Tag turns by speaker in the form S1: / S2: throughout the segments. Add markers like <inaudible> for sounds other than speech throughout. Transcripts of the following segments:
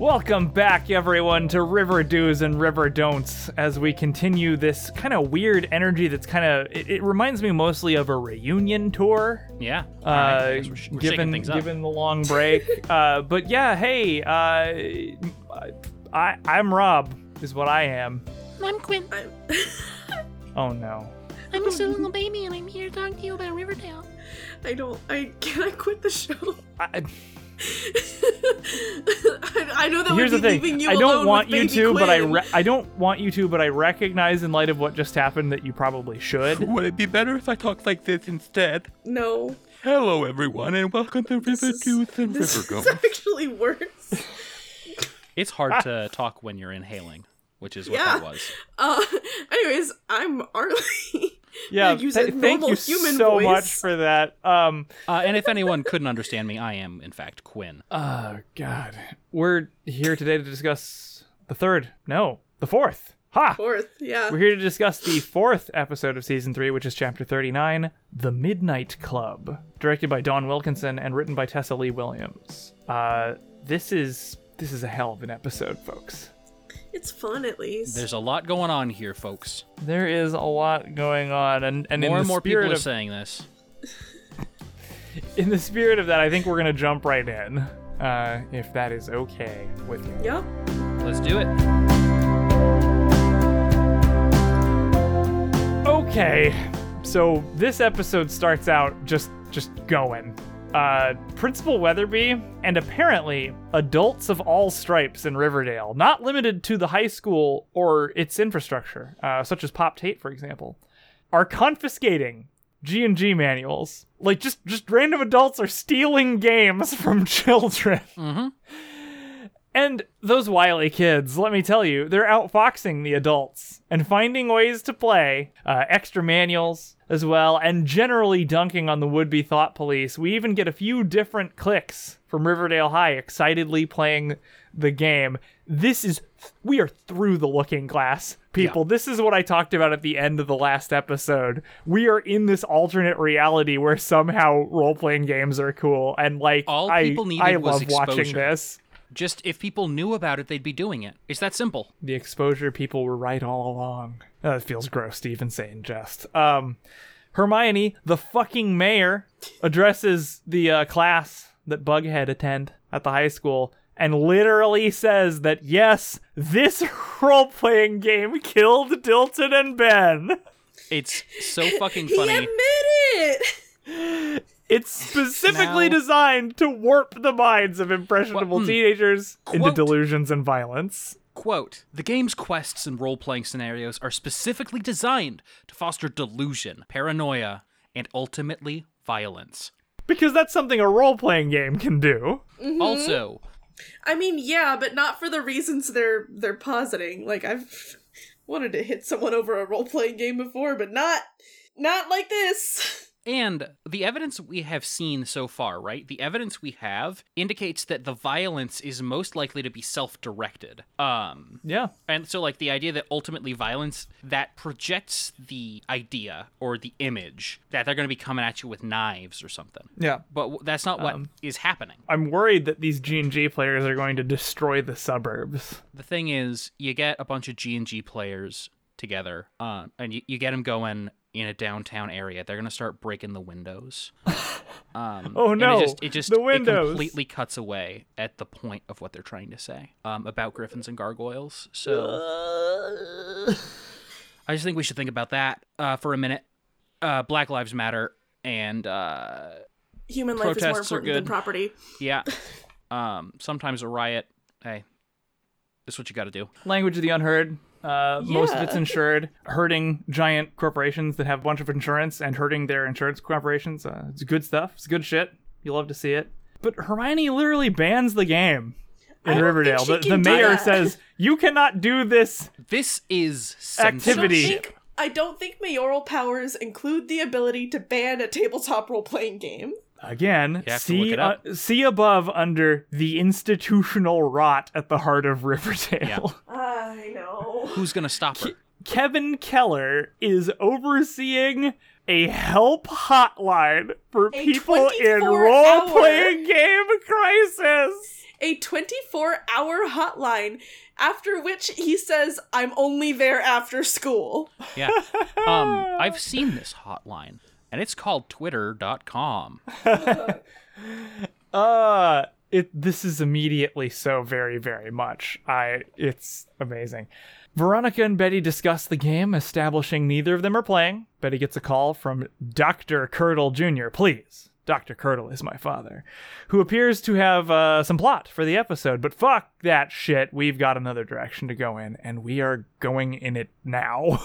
S1: Welcome back, everyone, to River Do's and River Don'ts as we continue this kind of weird energy that's kind of. It, it reminds me mostly of a reunion tour,
S2: Yeah.
S1: uh,
S2: Alright, I guess we're sh- we're shaking
S1: given,
S2: things up.
S1: given the long
S3: <laughs>
S1: break. uh, but yeah, hey, uh, I, I'm Rob, is what I am.
S4: I'm Quinn.
S3: I'm,
S1: Oh no.
S4: I'm just a little baby, and I'm here to talk to you about Riverdale.
S3: <laughs>
S4: <laughs>
S3: I don't. I can I quit the show. <laughs>
S1: I,
S3: I, I know that
S1: here's the
S3: would be
S1: thing.
S3: leaving you
S1: I
S3: alone
S1: don't
S3: with
S1: want you
S3: baby
S1: to, but I
S3: Quinn.
S1: re- I don't want you to, but I recognize in light of what just happened that you probably
S3: <laughs>
S1: should.
S5: Would it be better if I talked like this instead?
S3: no.
S5: Hello, everyone, and welcome to
S3: This
S5: River
S3: is-
S5: Tooth and
S3: this
S5: River
S3: is
S5: Goat.
S3: actually worse. <laughs>
S2: It's hard to talk when you're inhaling, which is what
S3: Yeah.
S2: that was.
S3: Uh, anyways, I'm Arlie.
S1: Yeah, th-
S3: You said
S1: thank
S3: normal
S1: you
S3: human
S1: so
S3: voice.
S1: much for that. Um,
S2: Uh, and if anyone couldn't understand me, I am in fact Quinn. Uh,
S1: oh God, we're here today to discuss the third. No, the fourth. Ha!
S3: <laughs> Fourth, yeah.
S1: We're here to discuss the fourth episode of season three, which is chapter thirty-nine, "The Midnight Club," directed by Don Wilkinson and written by Tessa Lee Williams. Uh, this is this is a hell of an episode, folks.
S3: It's fun at least.
S2: There's a lot going on here, folks.
S1: There is a lot going on, and and in
S2: more
S1: the
S2: and more people
S1: spirit
S2: are
S1: of
S2: saying this.
S1: in the spirit of that, I think we're gonna jump right in, uh, if that is okay with you.
S3: Yep.
S2: Let's do it.
S1: Okay, so this episode starts out just just going. Uh, Principal Weatherby and apparently adults of all stripes in Riverdale, not limited to the high school or its infrastructure, uh, such as Pop Tate, for example, are confiscating G and G manuals. Like just just random adults are stealing games <laughs> from children.
S2: Mm-hmm.
S1: And those wily kids, let me tell you, they're outfoxing the adults and finding ways to play, uh, extra manuals as well, and generally dunking on the would be thought police. We even get a few different clicks from Riverdale High excitedly playing the game. This is, we are through the looking glass, people. This is what I talked about at the end of the last episode. We are in this alternate reality where somehow role playing games are cool, and like,
S2: All
S1: I,
S2: people needed
S1: I
S2: was
S1: love watching
S2: exposure.
S1: this
S2: Just if people knew about it, they'd be doing it. It's that simple.
S1: the exposure people were right all along. Oh, it feels gross to even say in jest. Um, Hermione, the fucking mayor, addresses the uh, class that Bughead attend at the high school and literally says that yes, this <laughs> role-playing game killed Dilton and Ben.
S2: It's so fucking
S3: <laughs> He
S2: funny.
S3: admitted it. <laughs>
S1: It's specifically
S2: Now-
S1: designed to warp the minds of impressionable
S2: Well, mm.
S1: teenagers into
S2: Quote.
S1: delusions and violence.
S2: Quote The game's quests and role playing scenarios are specifically designed to foster delusion, paranoia, and ultimately violence.
S1: Because that's something a role-playing game can do.
S2: Also,
S3: I mean, yeah, but not for the reasons they're they're positing. Like I've wanted to hit someone over a role playing game before, but not not like this. <laughs>
S2: And the evidence we have seen so far, right? The evidence we have indicates that the violence is most likely to be self-directed. Um
S1: Yeah.
S2: and so like the idea that ultimately violence that projects the idea or the image that they're going to be coming at you with knives or something.
S1: Yeah.
S2: But w- that's not what is happening.
S1: I'm worried that these G and G players are going to destroy the suburbs.
S2: the thing is you get a bunch of g&g players together uh, and you, you get them going in a downtown area they're going to start breaking the
S1: <laughs>
S2: windows um,
S1: Oh,
S2: and
S1: no,
S2: it just, it just
S1: the
S2: it
S1: windows.
S2: completely cuts away at the point of what they're trying to say um, about griffins and gargoyles so
S3: Uh.
S2: i just think we should think about that uh, for a minute uh, black lives matter and uh,
S3: Human life is more
S2: Protests are
S3: important than
S2: good.
S3: property.
S2: yeah
S1: <laughs>
S2: um, sometimes a riot hey that's what you got to do
S1: Language of the unheard. Uh, Most of it's
S3: Yeah.
S1: insured. Hurting giant corporations that have a bunch of insurance and hurting their insurance corporations. Uh, it's good stuff. It's good shit. You love to see it. But Hermione literally bans the game in
S3: I don't think
S1: Riverdale.
S3: she
S1: The,
S3: can
S1: the
S3: do
S1: mayor
S3: that.
S1: says you cannot do this.
S2: this is
S3: I don't
S1: Activity.
S2: censorship.
S3: think I don't think mayoral powers include the ability to ban a tabletop role playing game.
S1: Again,
S2: You have to look
S1: see
S2: it
S1: uh,
S2: up.
S1: see above under the institutional rot at the heart of Riverdale.
S2: Yeah.
S3: I know.
S2: Who's gonna stop her?
S1: Kevin Keller is overseeing a help hotline for
S3: A
S1: people in
S3: 24
S1: role playing game crisis.
S3: a 24 hour hotline, after which he says, I'm only there after school.
S2: Yeah. Um, I've seen this hotline, and it's called twitter.com.
S1: Uh it this is immediately so very very much. I it's amazing. Veronica and Betty discuss the game, establishing neither of them are playing. Betty gets a call from Dr. Curdle Jr. Please, Dr. Curdle is my father, who appears to have uh, some plot for the episode. But fuck that shit. We've got another direction to go in, and we are going in it now.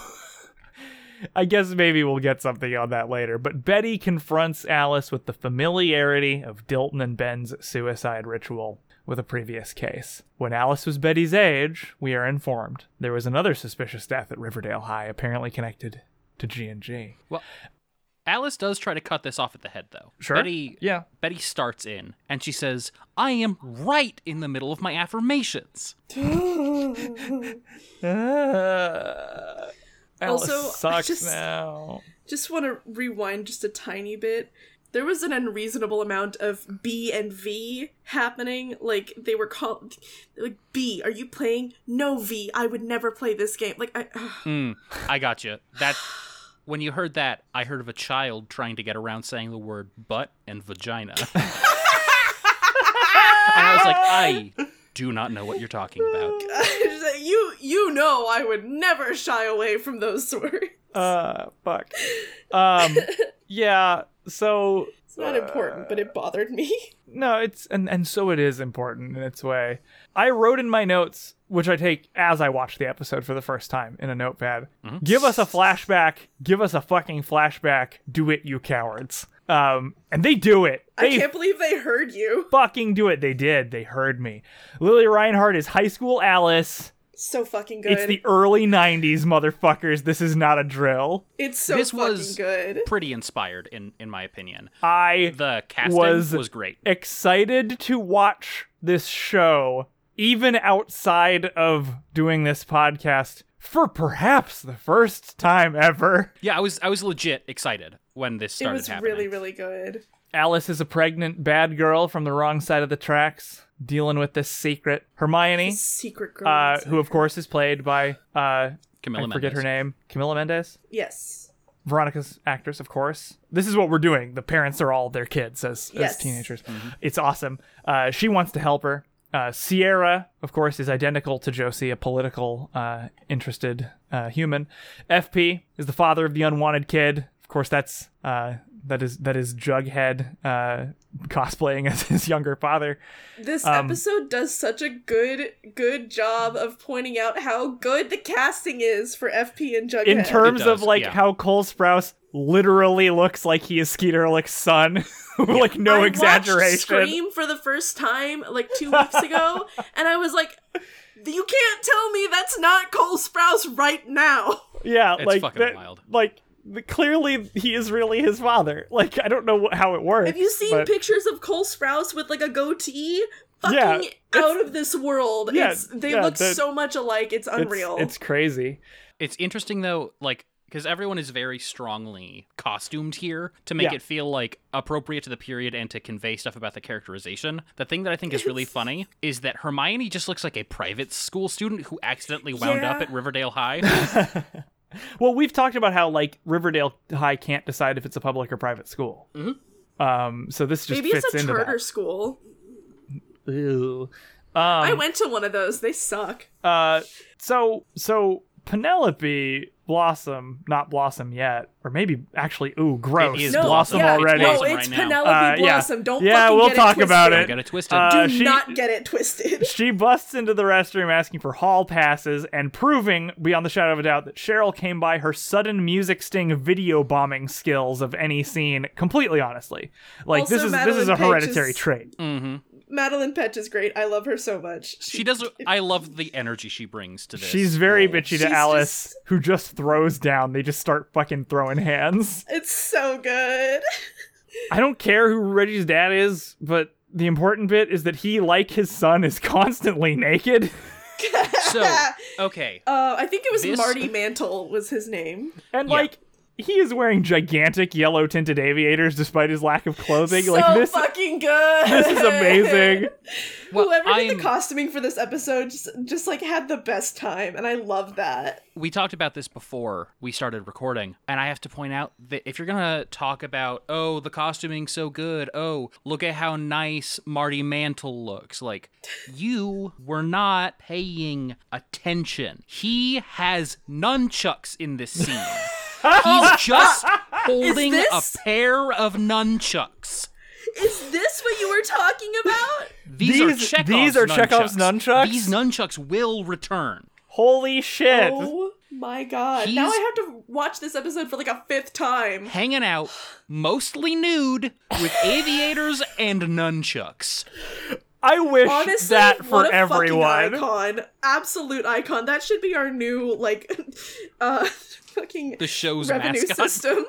S1: <laughs> I guess maybe we'll get something on that later. But Betty confronts Alice with the familiarity of Dilton and Ben's suicide ritual with a previous case. When Alice was Betty's age, we are informed there was another suspicious death at Riverdale High, apparently connected to G&G.
S2: Well, Alice does try to cut this off at the head, though.
S1: Sure.
S2: Betty,
S1: Yeah.
S2: Betty starts in, and she says, I am right in the middle of my affirmations.
S1: Uh, Alice
S3: Also, I
S1: sucks
S3: just-
S1: now.
S3: Just want to rewind just a tiny bit. There was an unreasonable amount of B and V happening. Like they were called, like B, are you playing? No V, I would never play this game. Like I,
S2: Mm, I got you. That when you heard that, I heard of a child trying to get around saying the word butt and vagina. <laughs> and I was like, I do not know what you're talking
S3: <laughs>
S2: about.
S3: you you know I would never shy away from those words.
S1: Uh, fuck. Um, <laughs> yeah, so
S3: It's not
S1: Uh,
S3: important, but it bothered me.
S1: No, it's and and so it is important in its way. I wrote in my notes, which I take as I watch the episode for the first time in a notepad. Give us a flashback. Give us a fucking flashback. Do it, you cowards. Um, and they do it.
S3: I
S1: They
S3: can't believe they heard you.
S1: fucking do it. They did. They heard me. Lily Reinhardt is high school Alice.
S3: So fucking good.
S1: It's the early '90s, motherfuckers. This is not a drill.
S3: It's so
S2: This
S3: fucking
S2: was-
S3: good.
S2: Pretty inspired, in in my opinion.
S1: I
S2: The casting
S1: Was-
S2: was, great.
S1: excited to watch this show, even outside of doing this podcast, for perhaps the first time ever.
S2: Yeah, I was I was legit excited when this
S3: It
S2: started
S3: was
S2: happening.
S3: really really good.
S1: Alice is a pregnant bad girl from the wrong side of the tracks, dealing with this secret. Hermione,
S3: Secret girl.
S1: uh, who of course is played by uh,
S2: Camilla
S1: I forget her name,
S2: Mendes.
S1: Camila Mendes.
S3: yes.
S1: Veronica's actress, of course. This is what we're doing. The parents are all their kids as,
S3: Yes.
S1: as teenagers.
S2: Mm-hmm.
S1: It's awesome. Uh, she wants to help her. Uh, Sierra, of course, is identical to Josie, a political uh, interested uh, human. FP is the father of the unwanted kid. Of course, that's uh, that is that is Jughead uh, cosplaying as his younger father.
S3: This
S1: um,
S3: episode does such a good good job of pointing out how good the casting is for FP and Jughead.
S1: In terms of
S2: does,
S1: like
S2: yeah.
S1: how Cole Sprouse literally looks like he is Skeeter Alick's son, <laughs> like
S3: I
S1: no
S3: watched
S1: exaggeration.
S3: Scream for the first time like two
S1: <laughs>
S3: weeks ago, and I was like, "You can't tell me that's not Cole Sprouse right now."
S1: Yeah,
S2: It's
S1: like
S2: fucking
S1: that-
S2: wild.
S1: Like the, clearly, he is really his father. <laughs> Like I don't know wh- how it works.
S3: Have you seen
S1: but-
S3: pictures of Cole Sprouse with like a goatee? Fucking
S1: Yeah,
S3: out of this world.
S1: Yeah,
S3: it's, they
S1: yeah,
S3: look
S1: that-
S3: so much alike. It's
S1: It's,
S3: unreal.
S1: it's crazy. <laughs>
S2: It's interesting though, like because everyone is very strongly costumed here to make
S1: Yeah.
S2: it feel like appropriate to the period and to convey stuff about the characterization. The thing that I think is really funny is that Hermione just looks like a private school student who accidentally wound up
S3: Yeah.
S2: at Riverdale
S1: <laughs>
S2: High.
S1: Well, we've talked about how like Riverdale High can't decide if it's a public or private school.
S2: Mm-hmm.
S1: Um, so this just
S3: Maybe
S1: fits
S3: it's a
S1: into
S3: charter school.
S1: that. Ew. Um,
S3: I went to one of those. They suck.
S1: Uh, so so Penelope Blossom, not Blossom yet, or maybe actually, ooh, gross,
S2: is
S3: No,
S1: Blossom
S3: yeah,
S1: already.
S3: No,
S2: Blossom
S3: it's
S2: right now.
S3: Penelope
S1: Uh, yeah.
S3: Blossom. Don't
S1: Yeah,
S3: fucking
S1: we'll
S3: get
S1: talk
S3: it
S1: about
S2: I
S3: twisted.
S2: got it twisted.
S1: Uh,
S3: Do
S1: she-
S3: not get it twisted. <laughs>
S1: She busts into the restroom asking for hall passes and proving, beyond the shadow of a doubt, that Cheryl came by her sudden music sting video bombing skills of any scene completely honestly. Like
S3: Also,
S1: this is this
S3: Madeline
S1: is a
S3: Page
S1: hereditary
S3: is-
S1: trait.
S3: Madeline Petch is great. I love her so much.
S2: she does. I love the energy she brings to this.
S1: She's very
S2: role.
S1: bitchy to
S3: She's
S1: Alice,
S3: just-
S1: who just throws down. They just start fucking throwing hands.
S3: It's so good.
S1: I don't care who Reggie's dad is, but the important bit is that he, like his son, is constantly naked. <laughs>
S2: So okay,
S3: <laughs> Uh, I think it was
S2: This-
S3: Marty Mantle was his name.
S1: And
S2: Yeah.
S1: like he is wearing gigantic yellow tinted aviators despite his lack of clothing.
S3: so
S1: like this <laughs>
S3: fucking good.
S1: this is amazing.
S2: Well,
S3: <laughs> Whoever
S2: I
S3: did
S2: am-
S3: the costuming for this episode just, just like had the best time, and I love that.
S2: we talked about this before we started recording, and I have to point out that if you're gonna talk about, oh, the costuming's so good, oh, look at how nice Marty Mantle looks, like you were not paying attention. He has nunchucks in this scene.
S1: <laughs>
S2: He's just holding a
S3: this-
S2: pair of nunchucks.
S3: Is this what you were talking
S1: <laughs>
S3: about?
S2: These, are
S1: These-
S2: Chekhov's
S1: these are
S2: nunchucks.
S1: Chekhov's nunchucks?
S2: These nunchucks will return.
S1: Holy shit.
S3: oh my god! Now
S2: He's-
S3: I have to watch this episode for like a fifth time.
S2: hanging out, mostly nude, with aviators and nunchucks.
S1: I wish
S3: Honestly,
S1: that for
S3: what a fucking
S1: everyone.
S3: icon, absolute icon. That should be our new like, <laughs> uh, fucking
S2: The show's
S3: revenue
S1: <laughs>
S2: mascot.
S3: system.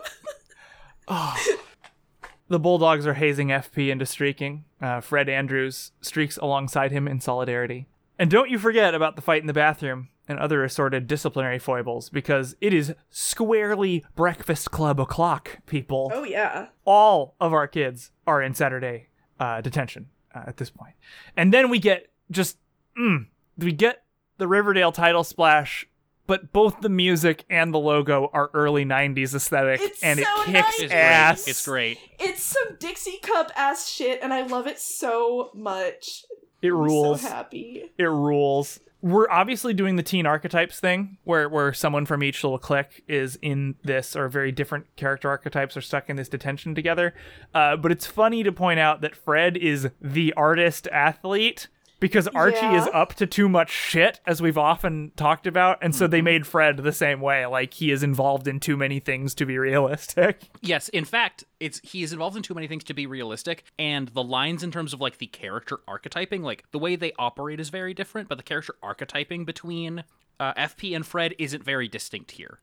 S1: The Bulldogs are hazing FP into streaking. Uh, Fred Andrews streaks alongside him in solidarity. And don't you forget about the fight in the bathroom and other assorted disciplinary foibles because it is squarely breakfast club o'clock, people.
S3: Oh yeah.
S1: all of our kids are in Saturday uh, detention uh, at this point. And then we get just, mm, we get the Riverdale title splash, but both the music and the logo are early 90s aesthetic,
S3: It's
S1: and
S3: so
S1: it kicks
S2: It's
S1: ass.
S2: great. It's great.
S3: It's some Dixie Cup ass shit, and I love it so much.
S1: It
S3: I'm
S1: rules.
S3: So happy.
S1: it rules. We're obviously doing the teen archetypes thing, where where someone from each little clique is in this, or very different character archetypes are stuck in this detention together. Uh, but it's funny to point out that Fred is the artist athlete because Archie
S3: Yeah.
S1: is up to too much shit, as we've often talked about, and so
S2: Mm-hmm.
S1: they made Fred the same way. Like he is involved in too many things to be realistic.
S2: Yes, in fact, it's he is involved in too many things to be realistic, and the lines in terms of like the character archetyping, like the way they operate is very different, but the character archetyping between uh, FP and Fred isn't very distinct here.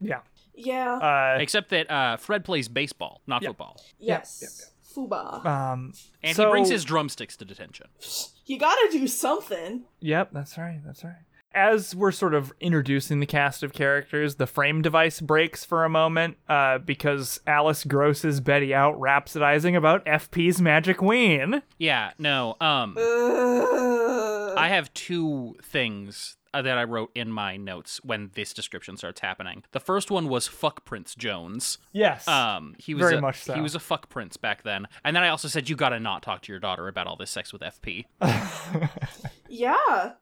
S1: Yeah.
S3: Yeah.
S1: Uh,
S2: Except that uh, Fred plays baseball, not football.
S3: yes. Fuba.
S1: um.
S2: And
S1: so-
S2: he brings his drumsticks to detention.
S3: you gotta do something.
S1: Yep, that's right. That's right. As we're sort of introducing the cast of characters, the frame device breaks for a moment uh, because Alice grosses Betty out, rhapsodizing about FP's Magic Ween.
S2: Yeah, no. Um
S3: Ugh.
S2: I have two things uh, that I wrote in my notes when this description starts happening. The first one was fuck Prince Jones.
S1: Yes.
S2: Um, he was
S1: Very
S2: a,
S1: much so.
S2: He was a fuck prince back then. And then I also said you gotta not talk to your daughter about all this sex with
S1: <laughs>
S2: FP.
S3: yeah.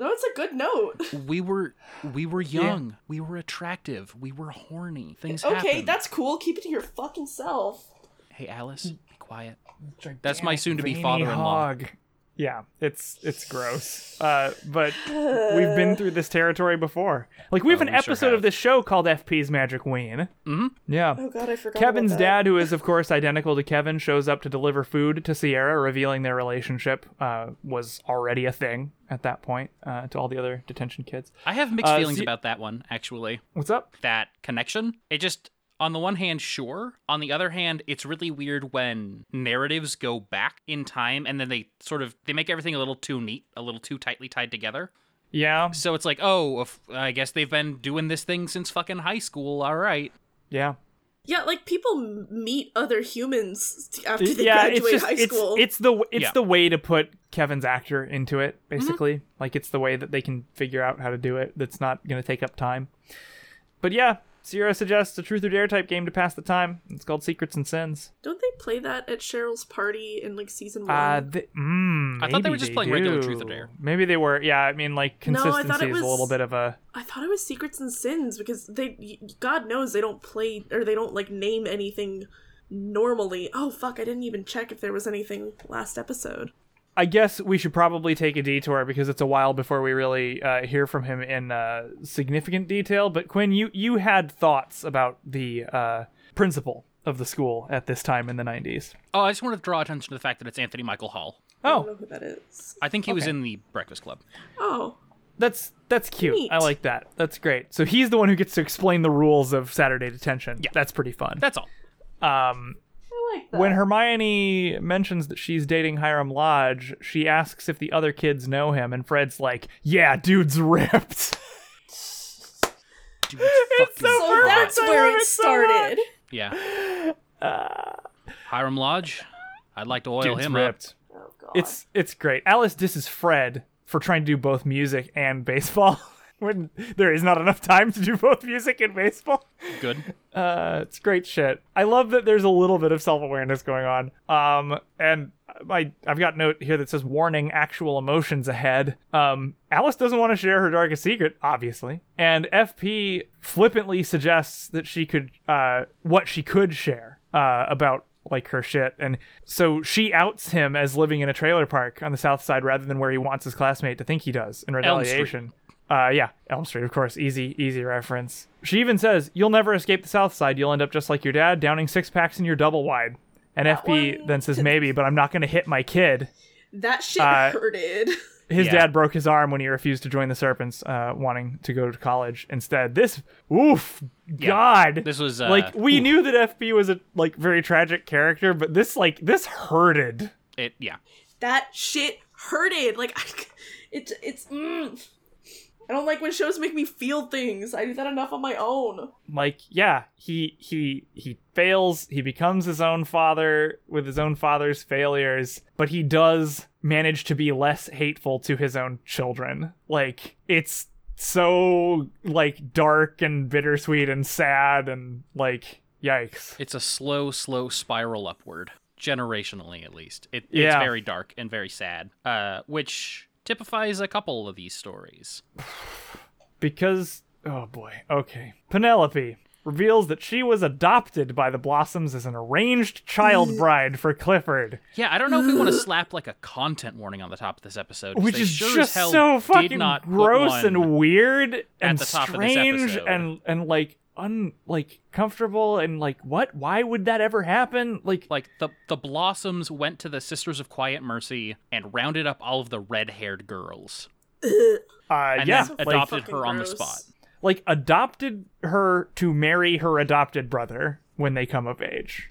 S3: No, it's a good note.
S2: we were we were young. We were attractive. We were horny. Things
S3: Okay,
S2: happened.
S3: that's cool. Keep it to your fucking self.
S2: Hey Alice, be quiet. That's my soon-to-be
S1: Veiny
S2: father-in-law.
S1: hog. Yeah, it's it's gross. Uh, but we've been through this territory before. Like we have
S2: Oh,
S1: an
S2: we sure
S1: episode of
S2: have.
S1: this show called FP's Magic Ween. Mm-hmm. Yeah.
S3: Oh god, I forgot.
S1: Kevin's
S3: about that.
S1: dad, who is
S3: <laughs>
S1: of course identical to Kevin, shows up to deliver food to Sierra, revealing their relationship uh, was already a thing at that point uh, to all the other detention kids.
S2: I have mixed
S1: Uh,
S2: feelings
S1: see-
S2: about that one, actually.
S1: What's up?
S2: that connection. It just, on the one hand, sure. On the other hand, it's really weird when narratives go back in time and then they sort of they make everything a little too neat, a little too tightly tied together.
S1: Yeah,
S2: So it's like, oh, if, I guess they've been doing this thing since fucking high school. All right.
S1: yeah,
S3: Yeah, like people m- meet other humans t- after they
S1: yeah.
S3: graduate
S1: It's just
S3: high
S1: it's
S3: school.
S1: it's the w- it's
S2: Yeah.
S1: the way to put Kevin's actor into it,
S3: Mm-hmm.
S1: basically. Like it's the way that they can figure out how to do it. That's not going to take up time. But yeah, Sierra suggests a truth or dare type game to pass the time. It's called Secrets and Sins.
S3: Don't they play that at Cheryl's party in like season one?
S1: Uh, th- mm,
S2: I thought they were
S1: maybe
S2: just playing regular
S1: do.
S2: Truth or Dare.
S1: Maybe they were. Yeah, I mean, like
S3: No, I thought it
S1: consistency is a
S3: was-
S1: little bit of a.
S3: I thought it was Secrets and Sins because they, y- God knows, they don't play or they don't like name anything normally. Oh fuck, I didn't even check if there was anything last episode.
S1: I guess we should probably take a detour because it's a while before we really uh, hear from him in uh, significant detail. But Quinn, you you had thoughts about the uh, principal of the school at this time in the '90s.
S2: Oh, I just wanted to draw attention to the fact that it's Anthony Michael Hall.
S3: I don't know
S1: Oh,
S3: who that is.
S2: I think he was
S1: Okay.
S2: in the Breakfast Club.
S3: Oh,
S1: that's that's cute.
S3: Neat.
S1: I like that. That's great. So he's the one who gets to explain the rules of Saturday detention. Yeah, that's pretty fun.
S2: That's
S1: <laughs>
S2: all.
S1: Um,
S3: I like that.
S1: When Hermione mentions that she's dating Hiram Lodge, she asks if the other
S2: <laughs>
S1: kids know him, and Fred's like, "Yeah, dude's ripped."
S2: Dude, it's
S1: so
S2: fucking
S3: So
S1: perfect.
S2: hot.
S3: Oh, that's
S1: I
S3: where
S1: love
S3: it
S1: it so much.
S3: started.
S2: Yeah.
S1: Uh,
S2: Hiram Lodge. I'd like to oil
S1: dude's
S2: him up.
S1: ripped.
S3: oh god.
S1: It's it's great. Alice disses Fred for trying to do both music and baseball <laughs> when there is not enough time to do both music and baseball.
S2: Good.
S1: Uh, it's great shit. I love that there's a little bit of self awareness going on. Um, and my I've got a note here that says warning: actual emotions ahead. Um, Alice doesn't want to share her darkest secret, obviously, and FP flippantly suggests that she could uh what she could share uh about like her shit and so she outs him as living in a trailer park on the south side rather than where he wants his classmate to think he does in
S2: Elm Street.
S1: retaliation uh, yeah, Elm Street, of course. Easy, easy reference. She even says, "You'll never escape the South Side. You'll end up just like your dad, downing six packs in your double wide." And FP
S3: one-
S1: then says, "Maybe, but I'm not going to hit my kid."
S3: that shit
S1: uh,
S3: hurted. <laughs>
S1: His
S2: Yeah.
S1: dad broke his arm when he refused to join the Serpents, uh, wanting to go to college instead. This, oof, God,
S2: This was uh,
S1: like we knew that FP was a like very tragic character, but this like this hurted.
S2: it. Yeah.
S3: That shit hurted. Like I, c- it it's mm. I don't like when shows make me feel things. I do that enough on my own.
S1: like yeah he he he fails he becomes his own father with his own father's failures but he does manage to be less hateful to his own children like it's so like dark and bittersweet and sad and like yikes
S2: It's a slow, slow spiral upward, generationally at least. It, It's
S1: Yeah.
S2: very dark and very sad, uh, which typifies a couple of these stories.
S1: because oh boy okay penelope reveals that she was adopted by the blossoms as an arranged child bride for clifford
S2: Yeah, I don't know if we want to slap like a content warning on the top of this episode,
S1: which
S2: they
S1: is
S2: sure
S1: just
S2: as hell
S1: so
S2: did
S1: fucking
S2: not put
S1: gross
S2: one-
S1: and weird and
S2: the top of this
S1: strange
S2: episode.
S1: and and like un like comfortable and like what why would that ever happen like
S2: Like the the blossoms went to the Sisters of Quiet Mercy and rounded up all of the red haired girls
S1: uh
S2: and
S1: yeah
S2: then
S1: like,
S2: adopted
S3: Fucking
S2: her on the
S3: gross.
S2: spot.
S1: like adopted her to marry her adopted brother when they come of age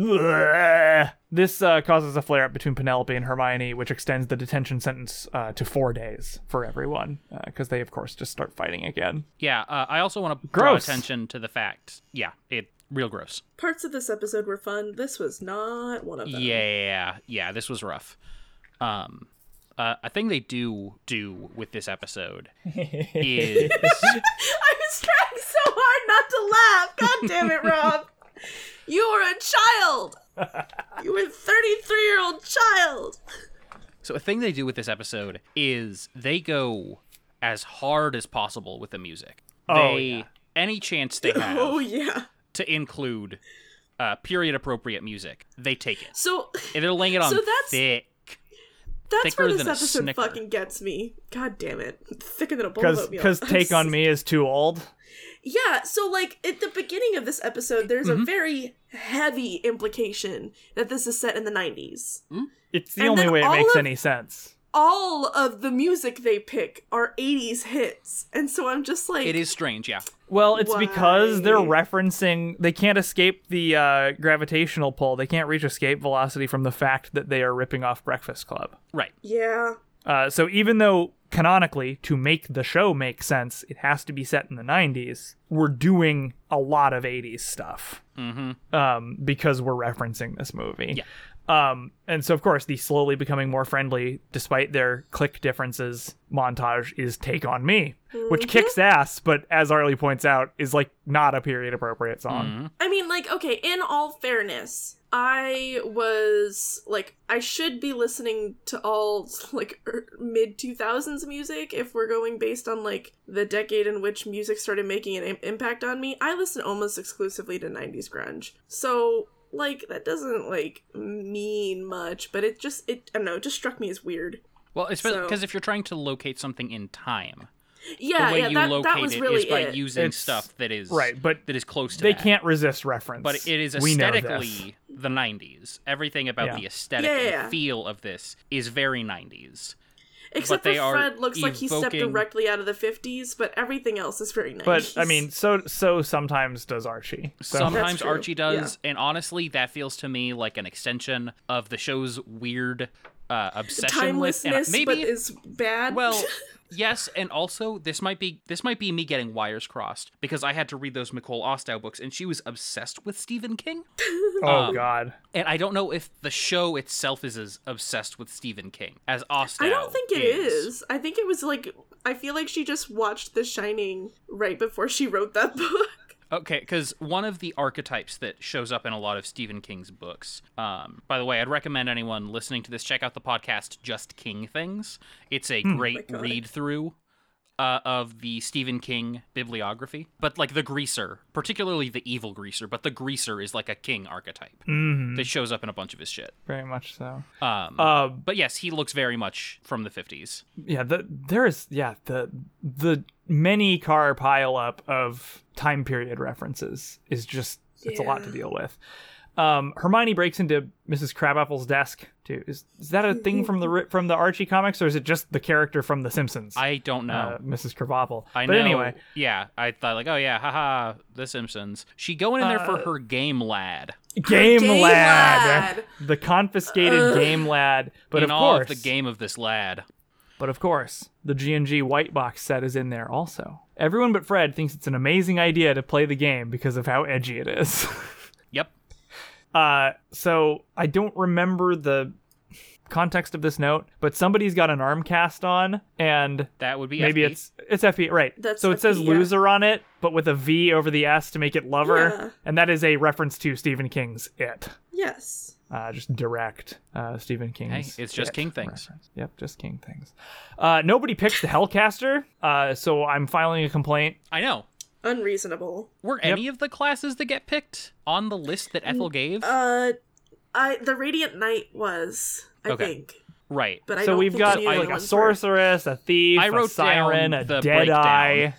S1: Blech. this uh, causes a flare up between Penelope and Hermione, which extends the detention sentence uh, to four days for everyone, because they, of course, just start fighting again.
S2: Yeah, uh, I also want to draw
S1: Gross.
S2: attention to the fact. Yeah, it real gross.
S3: Parts of this episode were fun. This was not one of them.
S2: Yeah, yeah, this was rough. Um, uh, a thing they do do with this episode
S3: <laughs>
S2: is
S3: I was trying so hard not to laugh. God damn it, Rob. You were a child. You were a 33 year old child.
S2: so a thing they do with this episode is they go as hard as possible with the music.
S1: Oh,
S2: they
S1: yeah.
S2: any chance
S3: <laughs>
S2: they have
S3: Oh, yeah.
S2: to include uh, period appropriate music, they take it.
S3: So
S2: And they're laying it on
S3: So that's-
S2: thick.
S3: that's
S2: Thicker
S3: where this
S2: than a
S3: episode
S2: Snicker.
S3: fucking gets me. God damn it. Thicker than a bowl of
S1: Because
S3: oatmeal. I'm
S1: Take On
S3: <laughs> s-
S1: Me is too old.
S3: Yeah, so like at the beginning of this episode, there's a very heavy implication that this is set in the 90s.
S1: It's the
S3: And
S1: only
S3: then
S1: way it
S3: all
S1: makes
S3: of-
S1: any sense.
S3: All of the music they pick are 80s hits. And so I'm just like,
S2: It is strange, yeah.
S1: Well, it's because they're
S3: Why?
S1: referencing they can't escape the uh, gravitational pull. They can't reach escape velocity from the fact that they are ripping off Breakfast Club.
S2: Right.
S3: yeah.
S1: Uh, so even though canonically to make the show make sense, it has to be set in the 90s. We're doing a lot of 80s stuff. Um, because we're referencing this movie.
S2: Yeah.
S1: Um, and so, of course, the slowly becoming more friendly, despite their click differences, montage is Take On Me,
S3: Mm-hmm.
S1: which kicks ass, but as Arlie points out, is like not a period appropriate song.
S2: Mm. Mm-hmm.
S3: I mean, like, okay, in all fairness, I was like, I should be listening to all <laughs> like er, mid 2000s music if we're going based on like the decade in which music started making an im- impact on me. I listen almost exclusively to 90s grunge. So, like, that doesn't like mean much, but it just, it, I don't know, it just struck me as weird.
S2: Well, especially
S3: So-
S2: because if you're trying to locate something in time,
S3: Yeah,
S2: the way
S3: yeah,
S2: you
S3: that,
S2: locate
S3: that was
S2: it
S3: really
S2: is by
S3: it.
S2: using
S1: It's-
S2: stuff that is
S1: right, but
S2: that is close to
S1: They
S2: that.
S1: can't resist reference.
S2: But it is
S1: We know this.
S2: aesthetically the '90s. Everything about
S1: Yeah.
S2: the aesthetic
S3: Yeah, yeah,
S2: and
S3: yeah.
S2: feel of this is very '90s.
S3: Except
S2: but they
S3: for
S2: are
S3: Fred looks like he stepped
S2: evoking-
S3: directly out of the 50s, but everything else is very nice.
S1: But I mean, so so sometimes does Archie. So
S2: Sometimes
S3: true,
S2: Archie does, and honestly, that feels to me like an extension of the show's weird uh, obsession with and
S3: timelessness,
S2: maybe
S3: but is bad.
S2: well, Yes, and also this might be this might be me getting wires crossed because I had to read those Nicole Ostow books and she was obsessed with Stephen King. um,
S1: Oh God.
S2: And I don't know if the show itself is as obsessed with Stephen King as Ostow.
S3: <laughs> I don't think it is. I think it was like I feel like she just watched The Shining right before she wrote that <laughs> book.
S2: Okay, because one of the archetypes that shows up in a lot of Stephen King's books. Um, by the way, I'd recommend anyone listening to this check out the podcast "Just King Things." It's a great
S3: God.
S2: read through uh, of the Stephen King bibliography. But like the greaser, particularly the evil greaser, but the greaser is like a king archetype that shows up in a bunch of his shit.
S1: Very much so.
S2: Um,
S1: Uh,
S2: but yes, he looks very much from the fifties.
S1: yeah. The, there is yeah the the many car pileup of time period references is just it's a lot to
S3: Yeah.
S1: deal with. Um, Hermione breaks into Mrs. Crabapple's desk. Too. Is is that a thing from the ri- from the Archie comics or is it just the character from The Simpsons?
S2: I don't know.
S1: uh, Mrs. Crabapple.
S2: Oh. I
S1: but
S2: know.
S1: anyway,
S2: yeah, I thought like, oh yeah, haha, The Simpsons. She going in there
S1: Uh,
S2: for her game lad,
S1: Game,
S3: Game
S1: Lad,
S3: Lad.
S1: the confiscated Game Lad. But of
S2: in all
S1: course,
S2: of the game of this lad.
S1: But of course, the G&G white box set is in there also. Everyone but Fred thinks it's an amazing idea to play the game because of how edgy it is. <laughs>
S2: Yep.
S1: uh, so I don't remember the context of this note, but somebody's got an arm cast on and
S2: That would be
S1: maybe
S2: FP.
S1: it's it's FP, right.
S3: That's
S1: so it says
S3: FP, yeah.
S1: loser on it, but with a V over the S to make it lover,
S3: Yeah.
S1: and that is a reference to Stephen King's It.
S3: Yes.
S1: Uh, just direct uh, Stephen King's.
S2: it's just
S1: It
S2: King things.
S1: reference. Yep, just King things. Uh, nobody picks the Hellcaster, uh, so I'm filing a complaint.
S2: I know.
S3: Unreasonable.
S2: Were any of the classes that get picked on the list that Ethel gave?
S3: Uh I the Radiant Knight was, I
S2: Okay.
S3: think.
S2: right.
S3: But I
S1: so
S3: don't
S1: we've
S3: think
S1: got
S3: any of the
S1: like a
S3: ones were.
S1: sorceress, a thief,
S2: I
S1: a
S2: wrote down
S1: siren, a
S2: the
S1: deadeye,
S2: breakdown.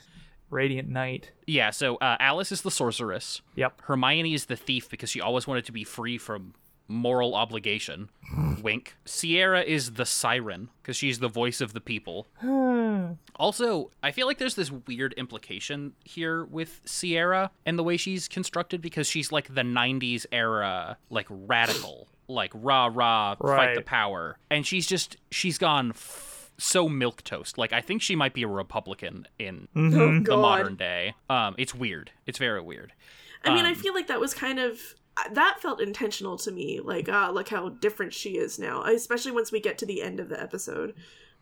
S1: radiant knight.
S2: Yeah. So uh, Alice is the sorceress.
S1: Yep.
S2: Hermione is the thief because she always wanted to be free from moral obligation. Wink. Sierra is the siren because she's the voice of the people.
S3: Hmm.
S2: also, I feel like there's this weird implication here with Sierra and the way she's constructed because she's like the 90s era, like radical, like rah rah, fight the
S1: Right.
S2: power. And she's just, she's gone. F- so milk toast like i think she might be a republican in
S3: <laughs> Oh,
S2: mm, the
S3: God.
S2: modern um, day um it's weird it's very weird
S3: I mean, I feel like that was kind of that felt intentional to me. Like, ah, look how different she is now, especially once we get to the end of the episode.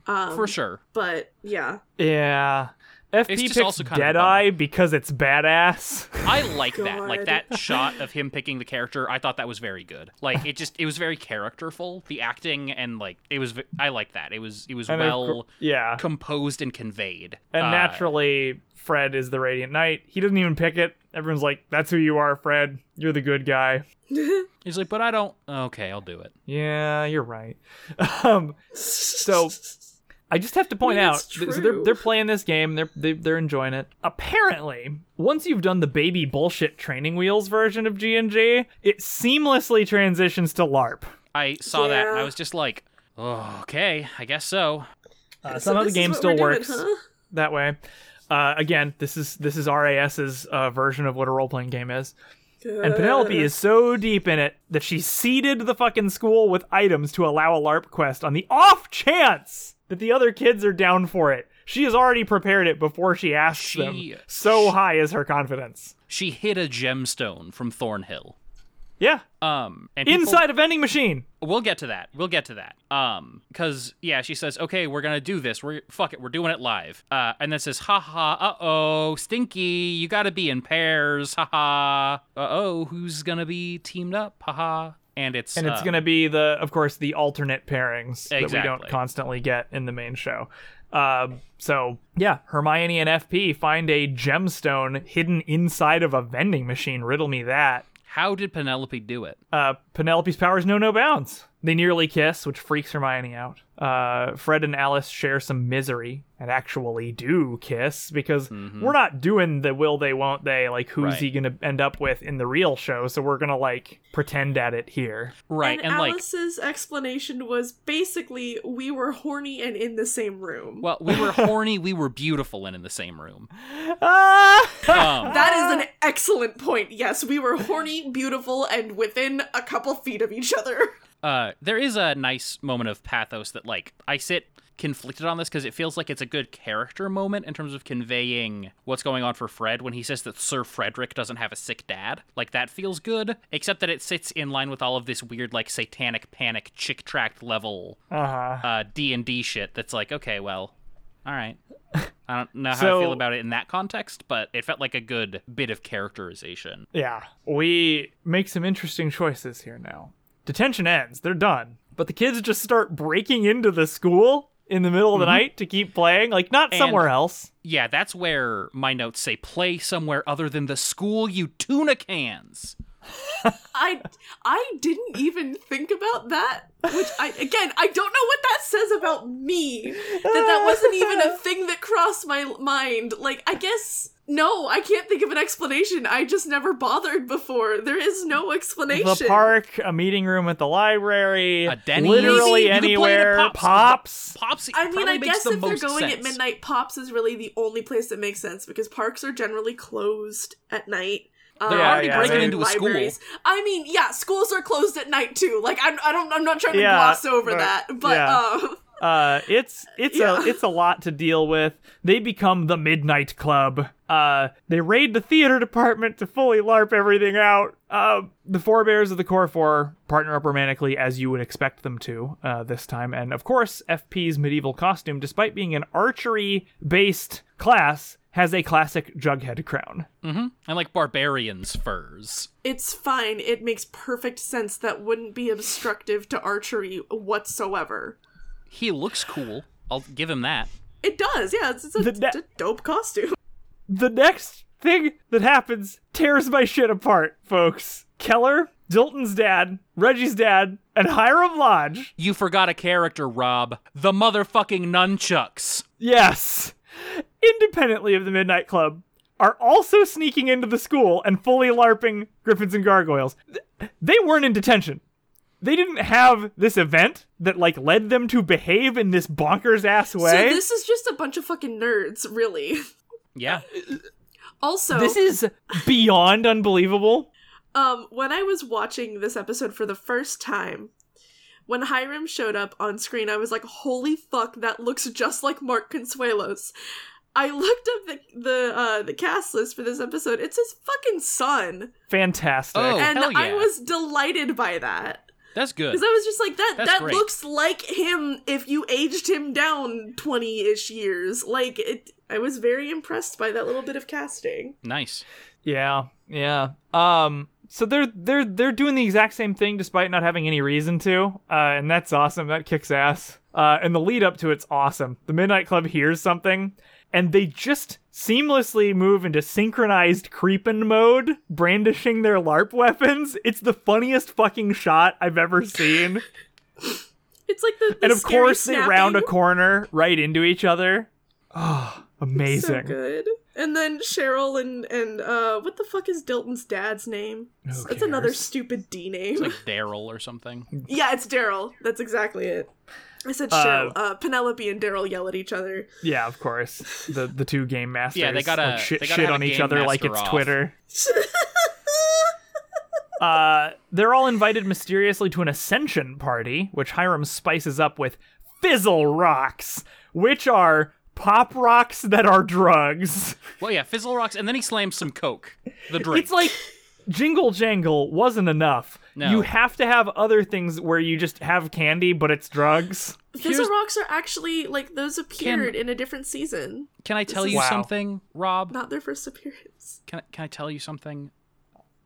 S3: Um,
S2: for sure
S3: But yeah,
S1: Yeah. FP
S2: It's just
S1: picks
S2: also kind of a
S1: Deadeye because it's badass. <laughs>
S2: I like that. Like
S3: God.
S2: that shot of him picking the character, I thought that was very good. Like it just it was very characterful, the acting and like it was v- I like that. It was it was
S1: And of
S2: well
S1: cour- yeah.
S2: composed and conveyed.
S1: And
S2: Uh,
S1: naturally, Fred is the Radiant Knight. He doesn't even pick it. Everyone's like, "That's who you are, Fred. You're the good guy."
S2: He's like, "But I don't Okay, I'll do it."
S1: Yeah, you're right. <laughs> Um,
S3: <laughs>
S1: so I just have to point
S3: mean,
S1: out,
S3: it's
S1: th- so
S3: true.
S1: they're they're playing this game. They're they, they're enjoying it. Apparently, once you've done the baby bullshit training wheels version of G and G, it seamlessly transitions to LARP.
S2: I saw that and I
S3: Yeah.
S2: was just like, "Oh, okay, I guess so."
S1: Uh,
S3: So
S1: some of the
S3: this is
S1: game
S3: what
S1: still
S3: we're doing,
S1: works
S3: huh?
S1: that way. Uh, again, this is this is RAS's uh, version of what a role playing game is. And Penelope is so deep in it that she seeded the fucking school with items to allow a LARP quest on the off chance that the other kids are down for it. She has already prepared it before she asks
S2: She-
S1: them. So high is her confidence.
S2: She hid a gemstone from Thornhill.
S1: Yeah.
S2: Um and people-
S1: Inside a vending machine.
S2: We'll get to that. We'll get to that. Um, because yeah, she says, "Okay, we're gonna do this. We're fuck it. We're doing it live." Uh, and then says, "Ha ha. Uh oh, Stinky, you gotta be in pairs. Ha ha. Uh oh, who's gonna be teamed up? Ha ha." And it's
S1: And it's
S2: um,
S1: going to be the, of course, the alternate pairings that we
S2: Exactly.
S1: don't constantly get in the main show. Um, so yeah, Hermione and FP find a gemstone hidden inside of a vending machine. Riddle me that.
S2: how did Penelope do it?
S1: Uh, Penelope's powers know no bounds. They nearly kiss, which freaks Hermione out. Uh, Fred and Alice share some misery and actually do kiss because we're not doing the will they, won't they, like who's
S2: Right.
S1: he gonna end up with in the real show, so we're gonna like pretend at it here.
S2: Right,
S3: And,
S2: and, like,
S3: Alice's explanation was basically we were horny and in the same room.
S2: well, we were horny, we were beautiful, and in the same room.
S1: Ah!
S2: Um,
S3: that
S1: uh,
S3: is an excellent point. Yes, we were horny, beautiful, and within a couple feet of each other. <laughs>
S2: uh, there is a nice moment of pathos that, like, I sit conflicted on this because it feels like it's a good character moment in terms of conveying what's going on for Fred when he says that Sir Frederick doesn't have a sick dad. Like that feels good, except that it sits in line with all of this weird like satanic panic chick tract level
S1: Uh-huh.
S2: uh D&D shit that's like, okay, well, all right. I don't know how I
S1: So-
S2: feel about it in that context, but it felt like a good bit of characterization.
S1: Yeah. We make some interesting choices here now. Detention ends, they're done. But the kids just start breaking into the school in the middle of the night to keep playing, like not somewhere else.
S2: Yeah, that's where my notes say play somewhere other than the school, you tuna cans.
S3: I I didn't even think about that. Which I again I don't know what that says about me. That that wasn't even a thing that crossed my mind. Like I guess no, I can't think of an explanation. I just never bothered before. There is no explanation.
S1: The park, a meeting room at the library,
S2: A Denny's.
S1: literally
S2: You can play it at
S1: anywhere.
S2: Pops.
S1: Pops.
S2: <laughs> Pops.
S3: I mean,
S2: probably
S3: I
S2: makes
S3: guess
S2: the
S3: if they're
S2: most
S3: going at
S2: sense.
S3: midnight, Pops is really the only place that makes sense because parks are generally closed at night. Um,
S2: They're
S1: already Yeah, breaking
S2: into a school.
S3: I mean, yeah, schools are closed at night too. Like, I'm, I don't, I'm not trying to
S1: Yeah,
S3: gloss over
S1: right.
S3: that, but
S1: Yeah.
S3: um,
S1: Uh, it's it's
S3: Yeah.
S1: a it's a lot to deal with. They become the Midnight Club. Uh, they raid the theater department to fully larp everything out. Uh, the forebears of the core four partner up romantically as you would expect them to uh, this time, and of course, FP's medieval costume, despite being an archery-based class, has a classic Jughead crown.
S2: and like barbarians' furs.
S3: it's fine. It makes perfect sense. That wouldn't be obstructive to archery whatsoever.
S2: He looks cool. I'll give him that.
S3: It does, yeah. It's, it's a,
S1: The da-
S3: it's a dope costume.
S1: the next thing that happens tears my shit apart, folks. Keller, Dilton's dad, Reggie's dad, and Hiram Lodge.
S2: You forgot a character, Rob. The motherfucking nunchucks.
S1: Yes. Independently of the Midnight Club, are also sneaking into the school and fully LARPing Griffins and Gargoyles. Th- They weren't in detention. They didn't have this event that like led them to behave in this bonkers ass way.
S3: So this is just a bunch of fucking nerds, really. <laughs>
S2: Yeah.
S3: Also,
S1: this is beyond unbelievable.
S3: Um, when I was watching this episode for the first time, when Hiram showed up on screen, I was like, "Holy fuck, that looks just like Mark Consuelos." I looked up the the uh, the cast list for this episode. It's his fucking son,
S1: Fantastic.
S2: Oh,
S3: and
S2: hell yeah.
S3: I was delighted by that
S2: That's good.
S3: because I was just like, "That
S2: That's
S3: that
S2: great.
S3: looks like him if you aged him down twenty ish years." Like it, I was very impressed by that little bit of casting.
S2: Nice.
S1: Yeah, yeah. Um, so they're they're they're doing the exact same thing despite not having any reason to, uh, and that's awesome. That kicks ass. Uh, and the lead up to it's awesome. The Midnight Club hears something, and they just seamlessly move into synchronized creepin' mode, brandishing their LARP weapons. It's the funniest fucking shot I've ever
S3: <laughs>
S1: seen.
S3: It's like the, the
S1: and of
S3: scary
S1: course, they round a
S3: snapping.
S1: corner right into each other. Oh, amazing.
S3: So good. And then Cheryl and and uh what the fuck is Dilton's dad's name?
S1: Who
S3: That's another
S1: cares?
S3: stupid D
S2: It's
S3: name.
S2: like Daryl or something.
S3: <laughs> yeah, it's Daryl. That's exactly it. I said
S1: Uh,
S3: Cheryl. Uh, Penelope and Daryl yell at each other.
S1: Yeah, of course. The the two game masters.
S2: <laughs> Yeah, they gotta-
S1: like, shit,
S2: they gotta
S1: shit
S2: have
S1: on
S2: a
S1: each
S2: game
S1: other like
S2: master
S1: it's
S2: off.
S1: Twitter.
S2: <laughs>
S1: uh, they're all invited mysteriously to an ascension party, which Hiram spices up with fizzle rocks, which are pop rocks that are drugs.
S2: Well, yeah, Fizzle Rocks, and then he slams some Coke. The drink.
S1: It's like jingle jangle wasn't enough.
S2: No.
S1: You have to have other things where you just have candy, but it's drugs.
S3: Fizzle rocks are actually like those appeared
S2: Can-
S3: in a different season,
S2: Can I tell
S1: is-
S2: you
S1: Wow.
S2: something, Rob?
S3: not their first appearance. <laughs>
S2: Can I, can I tell you something?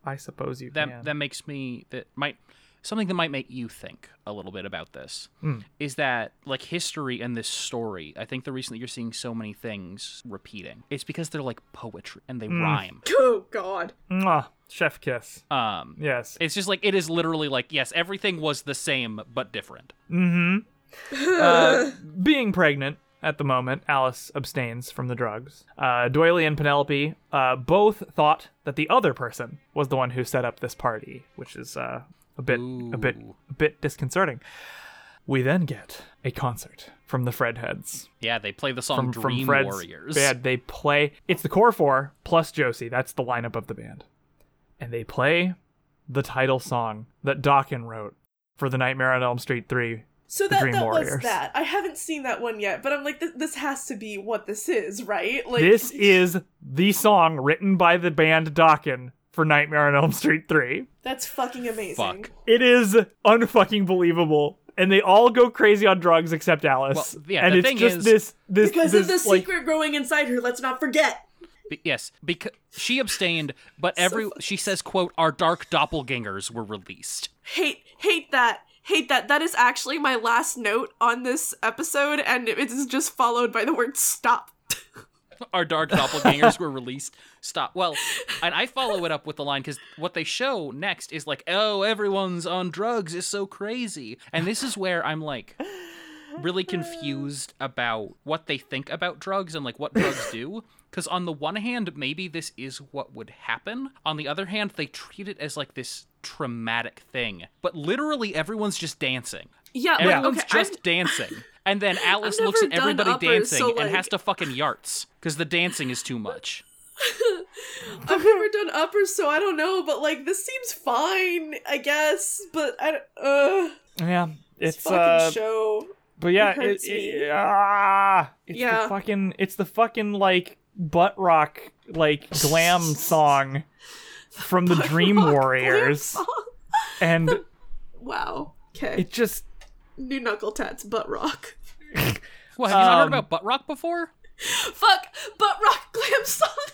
S1: I suppose you
S2: that
S1: can.
S2: that makes me that might something that might make you think a little bit about this
S1: Hmm.
S2: is that like history and this story i think the reason that you're seeing so many things repeating it's because they're like poetry and they
S1: Hmm.
S2: rhyme
S3: Oh God.
S1: Mwah. Chef kiss.
S2: um
S1: Yes.
S2: it's just like it is literally like yes everything was the same but different
S1: Mm-hmm.
S2: <laughs>
S1: Uh, being pregnant at the moment, Alice abstains from the drugs. Uh, Doily and Penelope uh, both thought that the other person was the one who set up this party, which is uh, a bit, a bit,
S2: Ooh.
S1: a bit disconcerting. We then get a concert from the Fredheads
S2: yeah they play the song
S1: from
S2: dream
S1: from Fred's
S2: warriors
S1: band. They play. It's the core four plus Josie. That's the lineup of the band, and they play the title song that Dawkins wrote for the Nightmare on Elm Street three
S3: So
S1: The
S3: that
S1: Dream
S3: that
S1: Warriors.
S3: was that. I haven't seen that one yet, but I'm like, th- this has to be what this is, right? Like
S1: this is the song written by the band Dokken for Nightmare on Elm Street 3.
S3: that's fucking amazing.
S2: Fuck.
S1: It is unfucking believable. And they all go crazy on drugs except Alice.
S2: Well, yeah,
S1: and
S2: the
S1: it's
S2: thing
S1: just
S2: is-
S1: this this
S3: Because
S1: this,
S3: of the
S1: like,
S3: secret growing inside her, let's not forget.
S2: Be- yes, because she abstained, but every she says, "quote Our dark doppelgangers were released."
S3: Hate hate that. Hate that. That is actually my last note on this episode, and it is just followed by the word stop.
S2: Our dark doppelgangers were released. Stop. Well, and I follow it up with the line because what they show next is like, "Oh, everyone's on drugs. It's so crazy," and this is where I'm like. Really confused about what they think about drugs and like what drugs do. Because, on the one hand, maybe this is what would happen. On the other hand, they treat it as like this traumatic thing. But literally, everyone's just dancing.
S3: Yeah, like,
S2: Everyone's
S3: okay,
S2: just
S3: I'm-
S2: dancing. And then Alice
S3: <laughs> I've
S2: looks at
S3: never done
S2: everybody
S3: uppers,
S2: dancing
S3: so,
S2: and
S3: like-
S2: has to fucking yarts because the dancing is too
S3: <laughs>
S2: much.
S3: I've never done uppers, so I don't know. But like, this seems fine, I guess. But I don't- uh,
S1: Yeah. It's,
S3: fucking
S1: uh,
S3: show. <laughs>
S1: But yeah,
S3: It hurts
S1: it- it-
S3: me.
S1: ah, it's
S3: Yeah.
S1: the fucking it's the fucking like butt rock like
S3: <laughs>
S1: glam song from the Dream
S3: Rock
S1: Warriors,
S3: Lamp Song.
S1: and
S3: wow. Okay.
S1: it just
S3: New knuckle tats, butt rock.
S2: Well, have you not heard
S1: Um,
S2: about butt rock before?
S3: Fuck, butt rock glam song.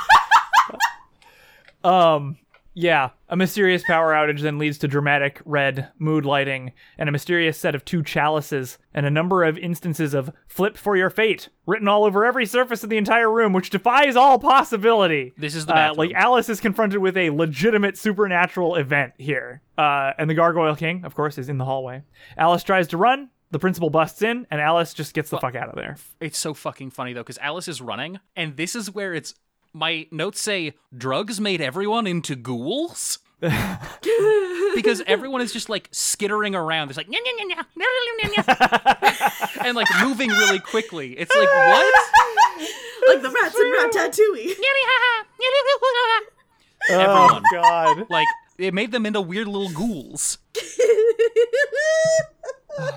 S3: <laughs>
S1: <laughs> um yeah a mysterious power outage then leads to dramatic red mood lighting and a mysterious set of two chalices and a number of instances of flip for your fate written all over every surface of the entire room which defies all possibility
S2: This is the
S1: uh,
S2: bathroom.
S1: like Alice is confronted with a legitimate supernatural event here. Uh, and the Gargoyle King, of course, is in the hallway. Alice tries to run. The principal busts in, and Alice just gets the fuck out of there.
S2: It's so fucking funny though because Alice is running, and this is where it's my notes say drugs made everyone into ghouls
S3: <laughs>
S2: because everyone is just like skittering around. It's like "Nya, nya, nya, nya, nya, nya, nya, nya," and like moving really quickly. It's
S3: <laughs>
S2: like what?
S3: Oh, like the rats in Ratatouille.
S2: Everyone.
S1: Oh god.
S2: Like it made them into weird little ghouls.
S3: <laughs>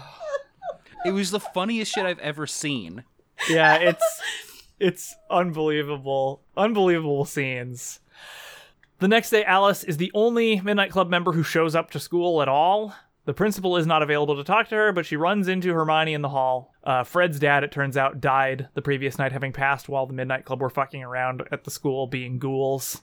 S2: It was the funniest shit I've ever seen.
S1: yeah, it's it's unbelievable, unbelievable scenes. The next day, Alice is the only Midnight Club member who shows up to school at all. The principal is not available to talk to her, but she runs into Hermione in the hall. Uh, Fred's dad, it turns out, died the previous night, having passed while the Midnight Club were fucking around at the school being ghouls.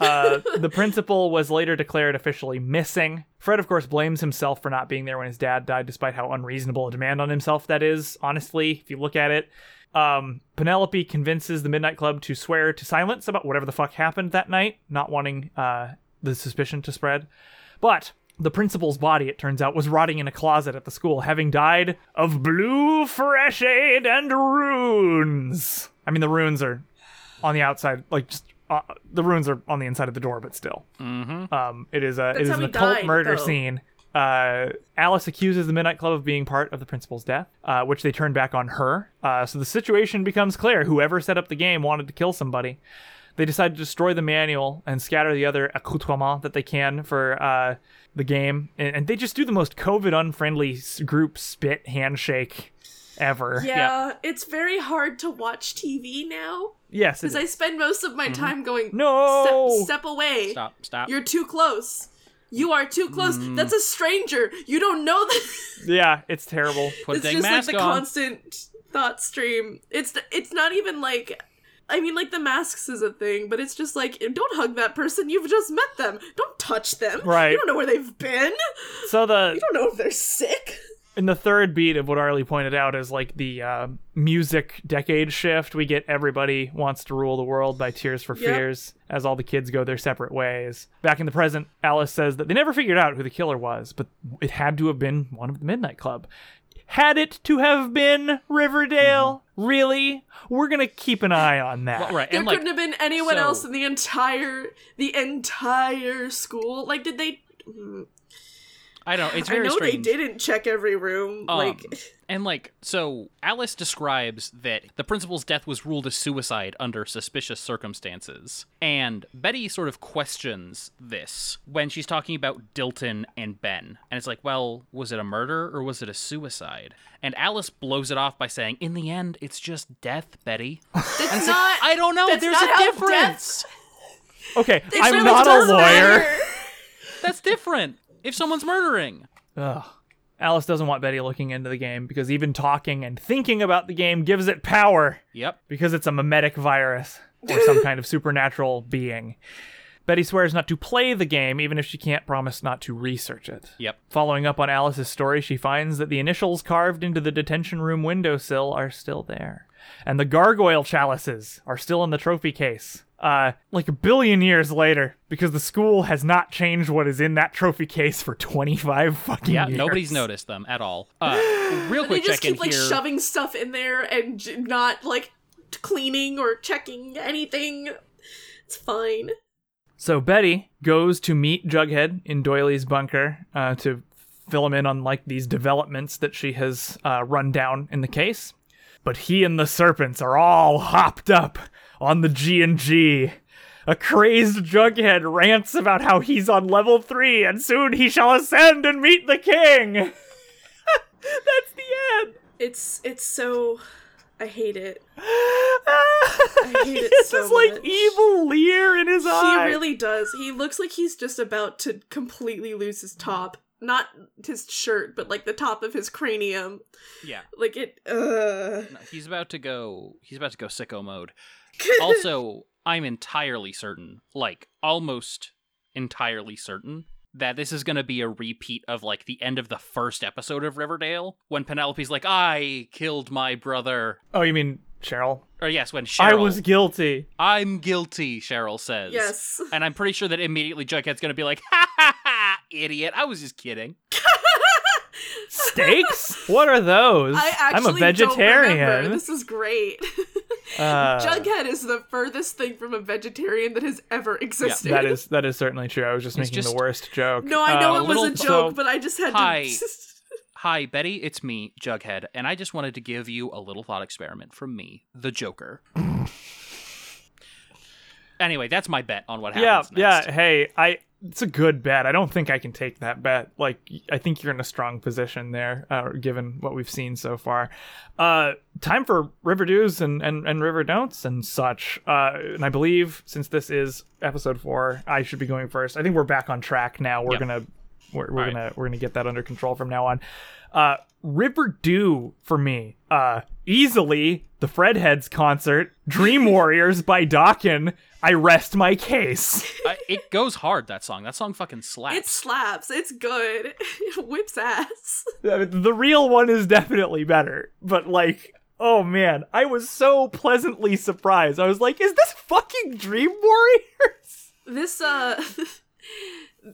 S1: Uh, the principal was later declared officially missing. Fred, of course, blames himself for not being there when his dad died, despite how unreasonable a demand on himself that is, honestly, if you look at it. Um, Penelope convinces the Midnight Club to swear to silence about whatever the fuck happened that night, not wanting uh, the suspicion to spread. But the principal's body, it turns out, was rotting in a closet at the school, having died of blue fresh aid and runes. I mean, the runes are on the outside, like just uh, the runes are on the inside of the door, but still, mm-hmm. um, it is a it
S3: That's
S1: is
S3: how
S1: an
S3: he
S1: occult
S3: died,
S1: murder
S3: though.
S1: scene. Uh, Alice accuses the Midnight Club of being part of the principal's death, uh, which they turn back on her. Uh, so the situation becomes clear. Whoever set up the game wanted to kill somebody. They decide to destroy the manual and scatter the other accoutrements that they can for uh, the game, and, and they just do the most COVID unfriendly s- group spit handshake ever.
S3: Yeah, it's very hard to watch TV now
S1: Yes. it
S3: because I
S1: is.
S3: spend most of my time going
S1: No!
S3: step, step away.
S2: Mm-hmm. Stop, Mm. stop.
S3: You're too close. You are too close. That's a stranger. You don't know that.
S1: yeah, it's terrible.
S2: Put
S3: it's
S2: a dang
S3: just like
S2: mask
S3: the
S2: on.
S3: constant thought stream. It's it's not even like I mean like the masks is a thing, but it's just like don't hug that person. You've just met them. Don't touch them.
S1: Right.
S3: You don't know where they've been.
S1: So the
S3: <laughs> You don't know if they're sick.
S1: in the third beat of what Arlie pointed out is like the uh, music decade shift. We get everybody wants to rule the world by Tears for
S3: Yep.
S1: Fears as all the kids go their separate ways. Back in the present, Alice says that they never figured out who the killer was, but it had to have been one of the Midnight Club. Had it to have been Riverdale? Really? We're gonna keep an eye on that.
S2: Well, right,
S3: There
S2: and like
S3: couldn't have been anyone
S2: so-
S3: else in the entire the entire school. Like did they mm,
S2: I don't. It's
S3: I
S2: very
S3: know
S2: strange.
S3: they didn't check every room.
S2: Um,
S3: like, <laughs>
S2: and like so alice describes that the principal's death was ruled as suicide under suspicious circumstances and betty sort of questions this when she's talking about dilton and ben and it's like well was it a murder or was it a suicide and alice blows it off by saying in the end it's just death betty
S6: That's not.
S2: i don't know
S6: That's
S2: there's
S6: not
S2: a
S6: how
S2: difference
S1: Okay,
S6: really
S1: I'm not a
S6: doesn't
S1: lawyer.
S6: matter.
S2: that's different if someone's murdering
S1: Ugh. Alice doesn't want Betty looking into the game because even talking and thinking about the game gives it power
S2: yep
S1: because it's a mimetic virus or some kind of supernatural being. Betty swears not to play the game, even if she can't promise not to research it.
S2: yep
S1: Following up on Alice's story, she finds that the initials carved into the detention room windowsill are still there. And the gargoyle chalices are still in the trophy case. Uh, like a billion years later, because the school has not changed what is in that trophy case for 25 fucking
S3: <laughs>
S2: yeah
S1: years.
S2: nobody's noticed them at all uh real
S3: they
S2: quick
S3: just
S2: check in
S3: keep like
S2: here
S3: shoving stuff in there and j- not like t- cleaning or checking anything. It's fine.
S1: So Betty goes to meet Jughead in Doyley's bunker uh, to fill him in on like these developments that she has uh, run down in the case. But he and the serpents are all hopped up on the G and G. A crazed Jughead rants about how he's on level three and soon he shall ascend and meet the king. <laughs> That's the end.
S3: It's it's so. I hate it.
S1: I
S3: hate
S1: <laughs>
S3: it
S1: it's
S3: so
S1: this like
S3: much.
S1: evil leer in his eye.
S3: He really does. He looks like he's just about to completely lose his top. Not his shirt, but like the top of his cranium.
S2: yeah
S3: Like it. <laughs> Uh.
S2: No, he's about to go. He's about to go sicko mode.
S3: <laughs>
S2: also, I'm entirely certain, like almost entirely certain, that this is going to be a repeat of like the end of the first episode of Riverdale when Penelope's like, "I killed my brother."
S1: oh, you mean Cheryl?
S2: Or yes, when Cheryl,
S1: I was guilty.
S2: I'm guilty. Cheryl says
S3: Yes.
S2: and I'm pretty sure that immediately Jughead's going to be like, "Ha ha ha, idiot! I was just kidding."
S1: Steaks? what are those?
S3: I actually
S1: am a
S3: Don't remember.
S1: vegetarian.
S3: This is great.
S1: Uh,
S3: <laughs> Jughead is the furthest thing from a vegetarian that has ever existed.
S1: that is that is certainly true. I was just
S2: It's
S1: making
S2: just-
S1: the worst joke.
S3: <laughs>
S1: Um,
S3: No, I know
S2: Uh,
S3: it was a
S2: little- so-
S3: joke, but I just had <laughs>
S2: Hi.
S3: to.
S2: Hi, Betty, it's me, Jughead, and I just wanted to give you a little thought experiment from me, the Joker. anyway, that's my bet on what
S1: yeah,
S2: happens next.
S1: yeah. Hey, I. It's a good bet. I don't think I can take that bet. Like, I think you're in a strong position there, uh, given what we've seen so far. Uh, time for river do's and, and, and river don'ts and such. Uh, and I believe since this is episode four, I should be going first. I think we're back on track now. We're
S2: Yep.
S1: gonna we're, we're
S2: All right.
S1: gonna we're gonna get that under control from now on. Uh, River Do for me, uh, easily the Fredheads concert, Dream Warriors by Dokken. I rest my case.
S2: <laughs> I- it goes hard, that song. That song fucking slaps.
S3: It slaps. It's good. <laughs> It whips ass. <laughs>
S1: Uh, the real one is definitely better, but like. Oh man, I was so pleasantly surprised. I was like, is this fucking Dream Warriors? <laughs>
S3: This uh <laughs>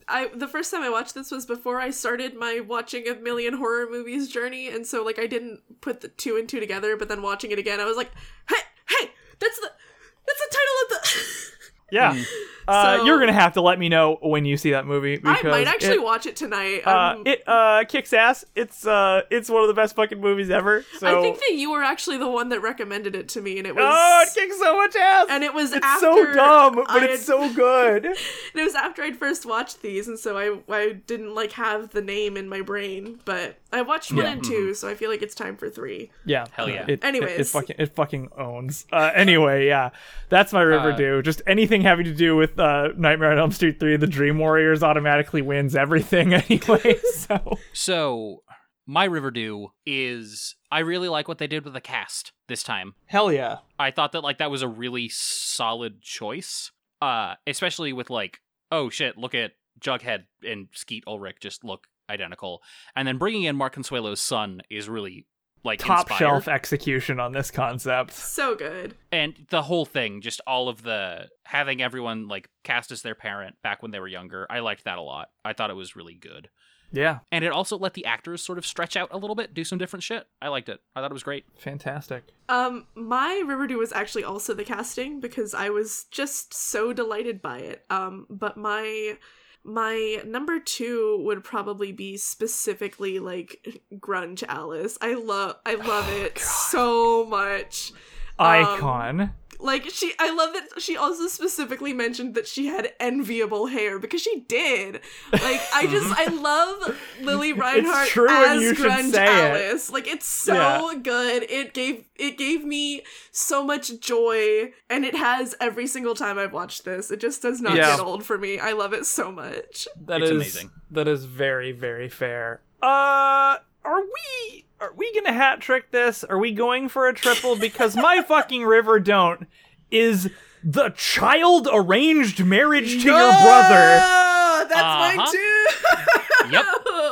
S3: I the first time I watched this was before I started my watching a million horror movies journey and so like I didn't put the two and two together, but then watching it again I was like, "Hey, hey, that's the that's the title of the <laughs>
S1: Yeah. Uh,
S3: So-
S1: you're going to have to let me know when you see that movie because
S3: I might actually
S1: it,
S3: watch it tonight.
S1: uh,
S3: Um,
S1: it uh, kicks ass. It's uh, it's one of the best fucking movies ever. So
S3: I think that you were actually the one that recommended it to me and it was
S1: Oh, it kicks so much ass.
S3: and it was
S1: it's
S3: after
S1: so dumb, but
S3: I
S1: it's
S3: had-
S1: so
S3: <laughs>
S1: good.
S3: And it was after I'd first watched these, and so I I didn't like have the name in my brain. But I watched one
S1: Yeah. Mm-hmm.
S3: and two, so I feel like it's time for three.
S1: Yeah.
S2: Hell yeah.
S1: It- It, Anyways. It,
S3: Anyways.
S1: fucking it fucking owns. Uh, anyway, yeah. That's my river
S2: Uh,
S1: do. Just anything having to do with uh, Nightmare on Elm Street 3, the Dream Warriors automatically wins everything <laughs> anyway. So
S2: so, my Riverdue is. I really like what they did with the cast this time.
S1: Hell yeah.
S2: I thought that like that was a really solid choice. Uh especially with like oh shit, look at Jughead and Skeet Ulrich just look identical. And then bringing in Mark Consuelo's son is really like
S1: Top
S2: inspired.
S1: shelf e- execution on this concept.
S3: So good.
S2: and the whole thing just all of the having everyone like cast as their parent back when they were younger. I liked that a lot. I thought it was really good.
S1: Yeah.
S2: And it also let the actors sort of stretch out a little bit, do some different shit. I liked it. I thought it was great.
S1: Fantastic.
S3: Um, my Riverdew was actually also the casting because I was just so delighted by it. Um, but my My number two would probably be specifically like grunge Alice. I love I love it so much.
S1: Icon.
S3: Um, Like she I love that she also specifically mentioned that she had enviable hair because she did. Like I
S1: <laughs>
S3: just I love Lily Reinhardt
S1: true and
S3: as
S1: you should
S3: grunge
S1: say it.
S3: Alice. Like it's so
S1: Yeah.
S3: good. It gave it gave me so much joy and it has every single time I've watched this. It just does not
S1: Yeah.
S3: get old for me. I love it so much.
S1: That is
S2: It's amazing.
S1: That is very very fair. Uh, are we are we gonna hat trick this? Are we going for a triple? Because
S2: <laughs>
S1: my fucking river don't is the child arranged marriage to your brother.
S3: Ah, That's mine
S2: Uh-huh.
S3: too.
S2: Yep.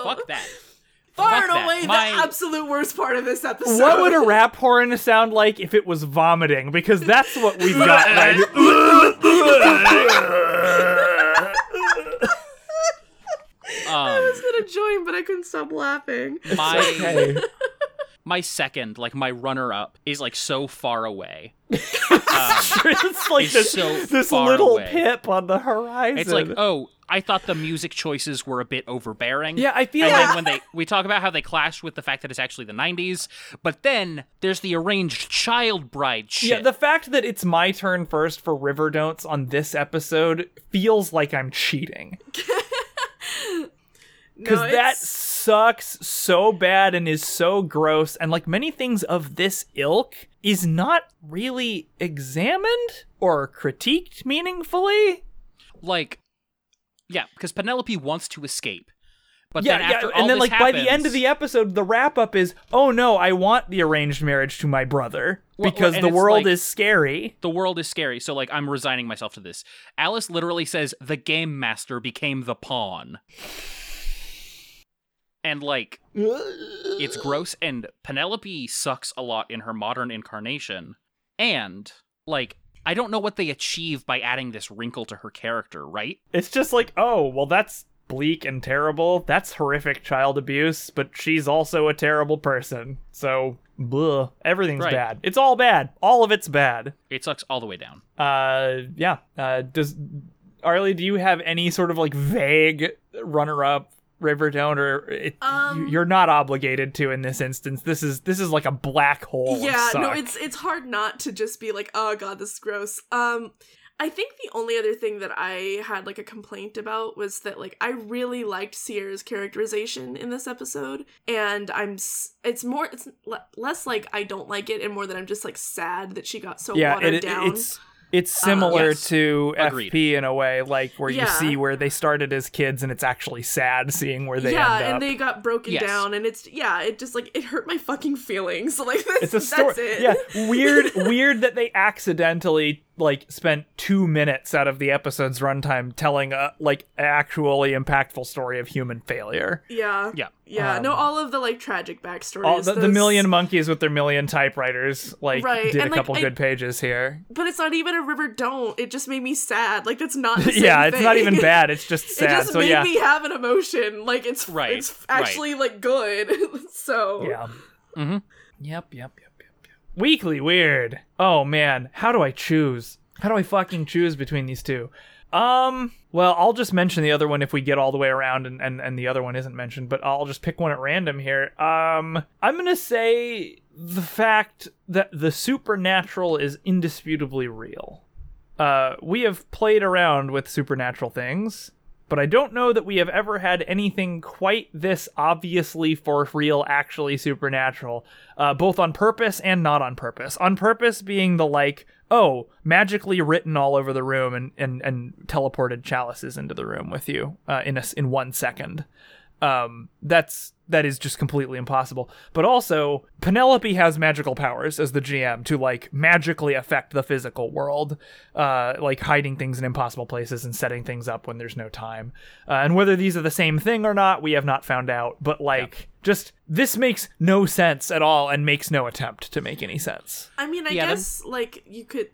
S2: Fuck that.
S3: Far
S2: Fuck
S3: and
S2: that.
S3: away
S2: My-
S3: the absolute worst part of this episode.
S1: What would a rap horn sound like if it was vomiting? Because that's what we've got right
S3: <laughs> I
S2: Um,
S3: <laughs> was gonna join, but I couldn't stop laughing.
S2: my
S1: Okay.
S2: my second, like my runner up, is like so far away.
S1: <laughs> it's like
S2: It's
S1: this,
S2: so
S1: this
S2: far
S1: little
S2: away.
S1: pip on the horizon.
S2: It's like, oh, I thought the music choices were a bit overbearing.
S1: yeah, I feel
S2: And
S1: like
S2: then when they we talk about how they clash with the fact that it's actually the 90s, but then there's the arranged child bride shit.
S1: Yeah, the fact that it's my turn first for River Don'ts on this episode feels like I'm cheating. Because
S3: No, it's-
S1: that sucks so bad and is so gross, and like many things of this ilk, is not really examined or critiqued meaningfully.
S2: like yeah, because Penelope wants to escape, but
S1: yeah,
S2: then after
S1: yeah,
S2: all
S1: and then
S2: this
S1: like by the end of
S2: happens-
S1: the episode, the wrap up is, oh no, I want the arranged marriage to my brother
S2: Well,
S1: because
S2: and
S1: the
S2: it's
S1: world
S2: like-
S1: is scary.
S2: the world is scary, so like I'm resigning myself to this. Alice literally says the game master became the pawn. And like it's gross and Penelope sucks a lot in her modern incarnation. And like I don't know what they achieve by adding this wrinkle to her character, right?
S1: It's just like, oh, well, that's bleak and terrible. That's horrific child abuse, but she's also a terrible person. So, bleh, everything's
S2: Right.
S1: bad. It's all bad. All of it's bad.
S2: It sucks all the way down.
S1: Uh, yeah. Uh, does Arlie? Do you have any sort of like vague runner-up? Riverdome, or it,
S3: Um,
S1: you- you're not obligated to in this instance. This is this is like a black hole. of
S3: yeah, no,
S1: suck.
S3: it's it's hard not to just be like, oh god, this is gross. Um, I think the only other thing that I had like a complaint about was that like I really liked Sierra's characterization in this episode, and I'm s- it's more it's le- less like I don't like it, and more that I'm just like sad that she got so
S1: yeah.
S3: watered
S1: It, it-
S3: down. Uh,
S1: it's it's similar
S2: yes.
S1: to
S2: Agreed.
S1: FP in a way, like where
S3: Yeah.
S1: you see where they started as kids, and it's actually sad seeing where they
S3: yeah,
S1: end up.
S3: and they got broken
S2: Yes.
S3: down, and it's yeah, it just like it hurt my fucking feelings. <laughs> Like
S1: <laughs> it's
S3: that's,
S1: a story.
S3: that's it.
S1: Yeah,
S3: <laughs>
S1: weird, weird that they accidentally like spent two minutes out of the episode's runtime telling a like actually impactful story of human failure.
S3: yeah,
S2: Yeah.
S3: yeah.
S1: Um,
S3: no, all of the like tragic backstories.
S1: All the, the
S3: those-
S1: million monkeys with their million typewriters like
S3: Right,
S1: did
S3: and,
S1: a
S3: like,
S1: couple
S3: I-
S1: good pages here.
S3: But it's not even a river don't. It just made me sad. Like
S1: <laughs>
S3: that's not. The same
S1: yeah, it's not
S3: thing.
S1: even
S3: <laughs>
S1: bad. It's just
S3: It
S1: sad.
S3: just
S1: so
S3: made
S1: yeah,
S3: me have an emotion. Like it's
S2: Right,
S3: It's
S2: right.
S3: actually like good. <laughs> so
S1: yeah.
S2: Mhm.
S1: Yep. Yep. Yep. Yep. Yep. Weekly weird. Oh man, how do I choose? How do I fucking choose between these two? Um. Well, I'll just mention the other one if we get all the way around, and and, and the other one isn't mentioned. But I'll just pick one at random here. Um. I'm gonna say the fact that the supernatural is indisputably real. Uh, we have played around with supernatural things, but I don't know that we have ever had anything quite this obviously for real, actually supernatural, uh, both on purpose and not on purpose. On purpose being the like, oh, magically written all over the room and and, and teleported chalices into the room with you uh, in a s in one second um that's that is just completely impossible but also penelope has magical powers as the gm to like magically affect the physical world uh like hiding things in impossible places and setting things up when there's no time uh, and whether these are the same thing or not we have not found out but like just this makes no sense at all and makes no attempt to make any sense
S3: I mean, I
S2: Yeah, then-
S3: guess like you could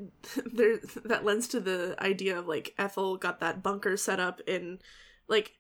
S3: <laughs> there that lends to the idea of like Ethel got that bunker set up in like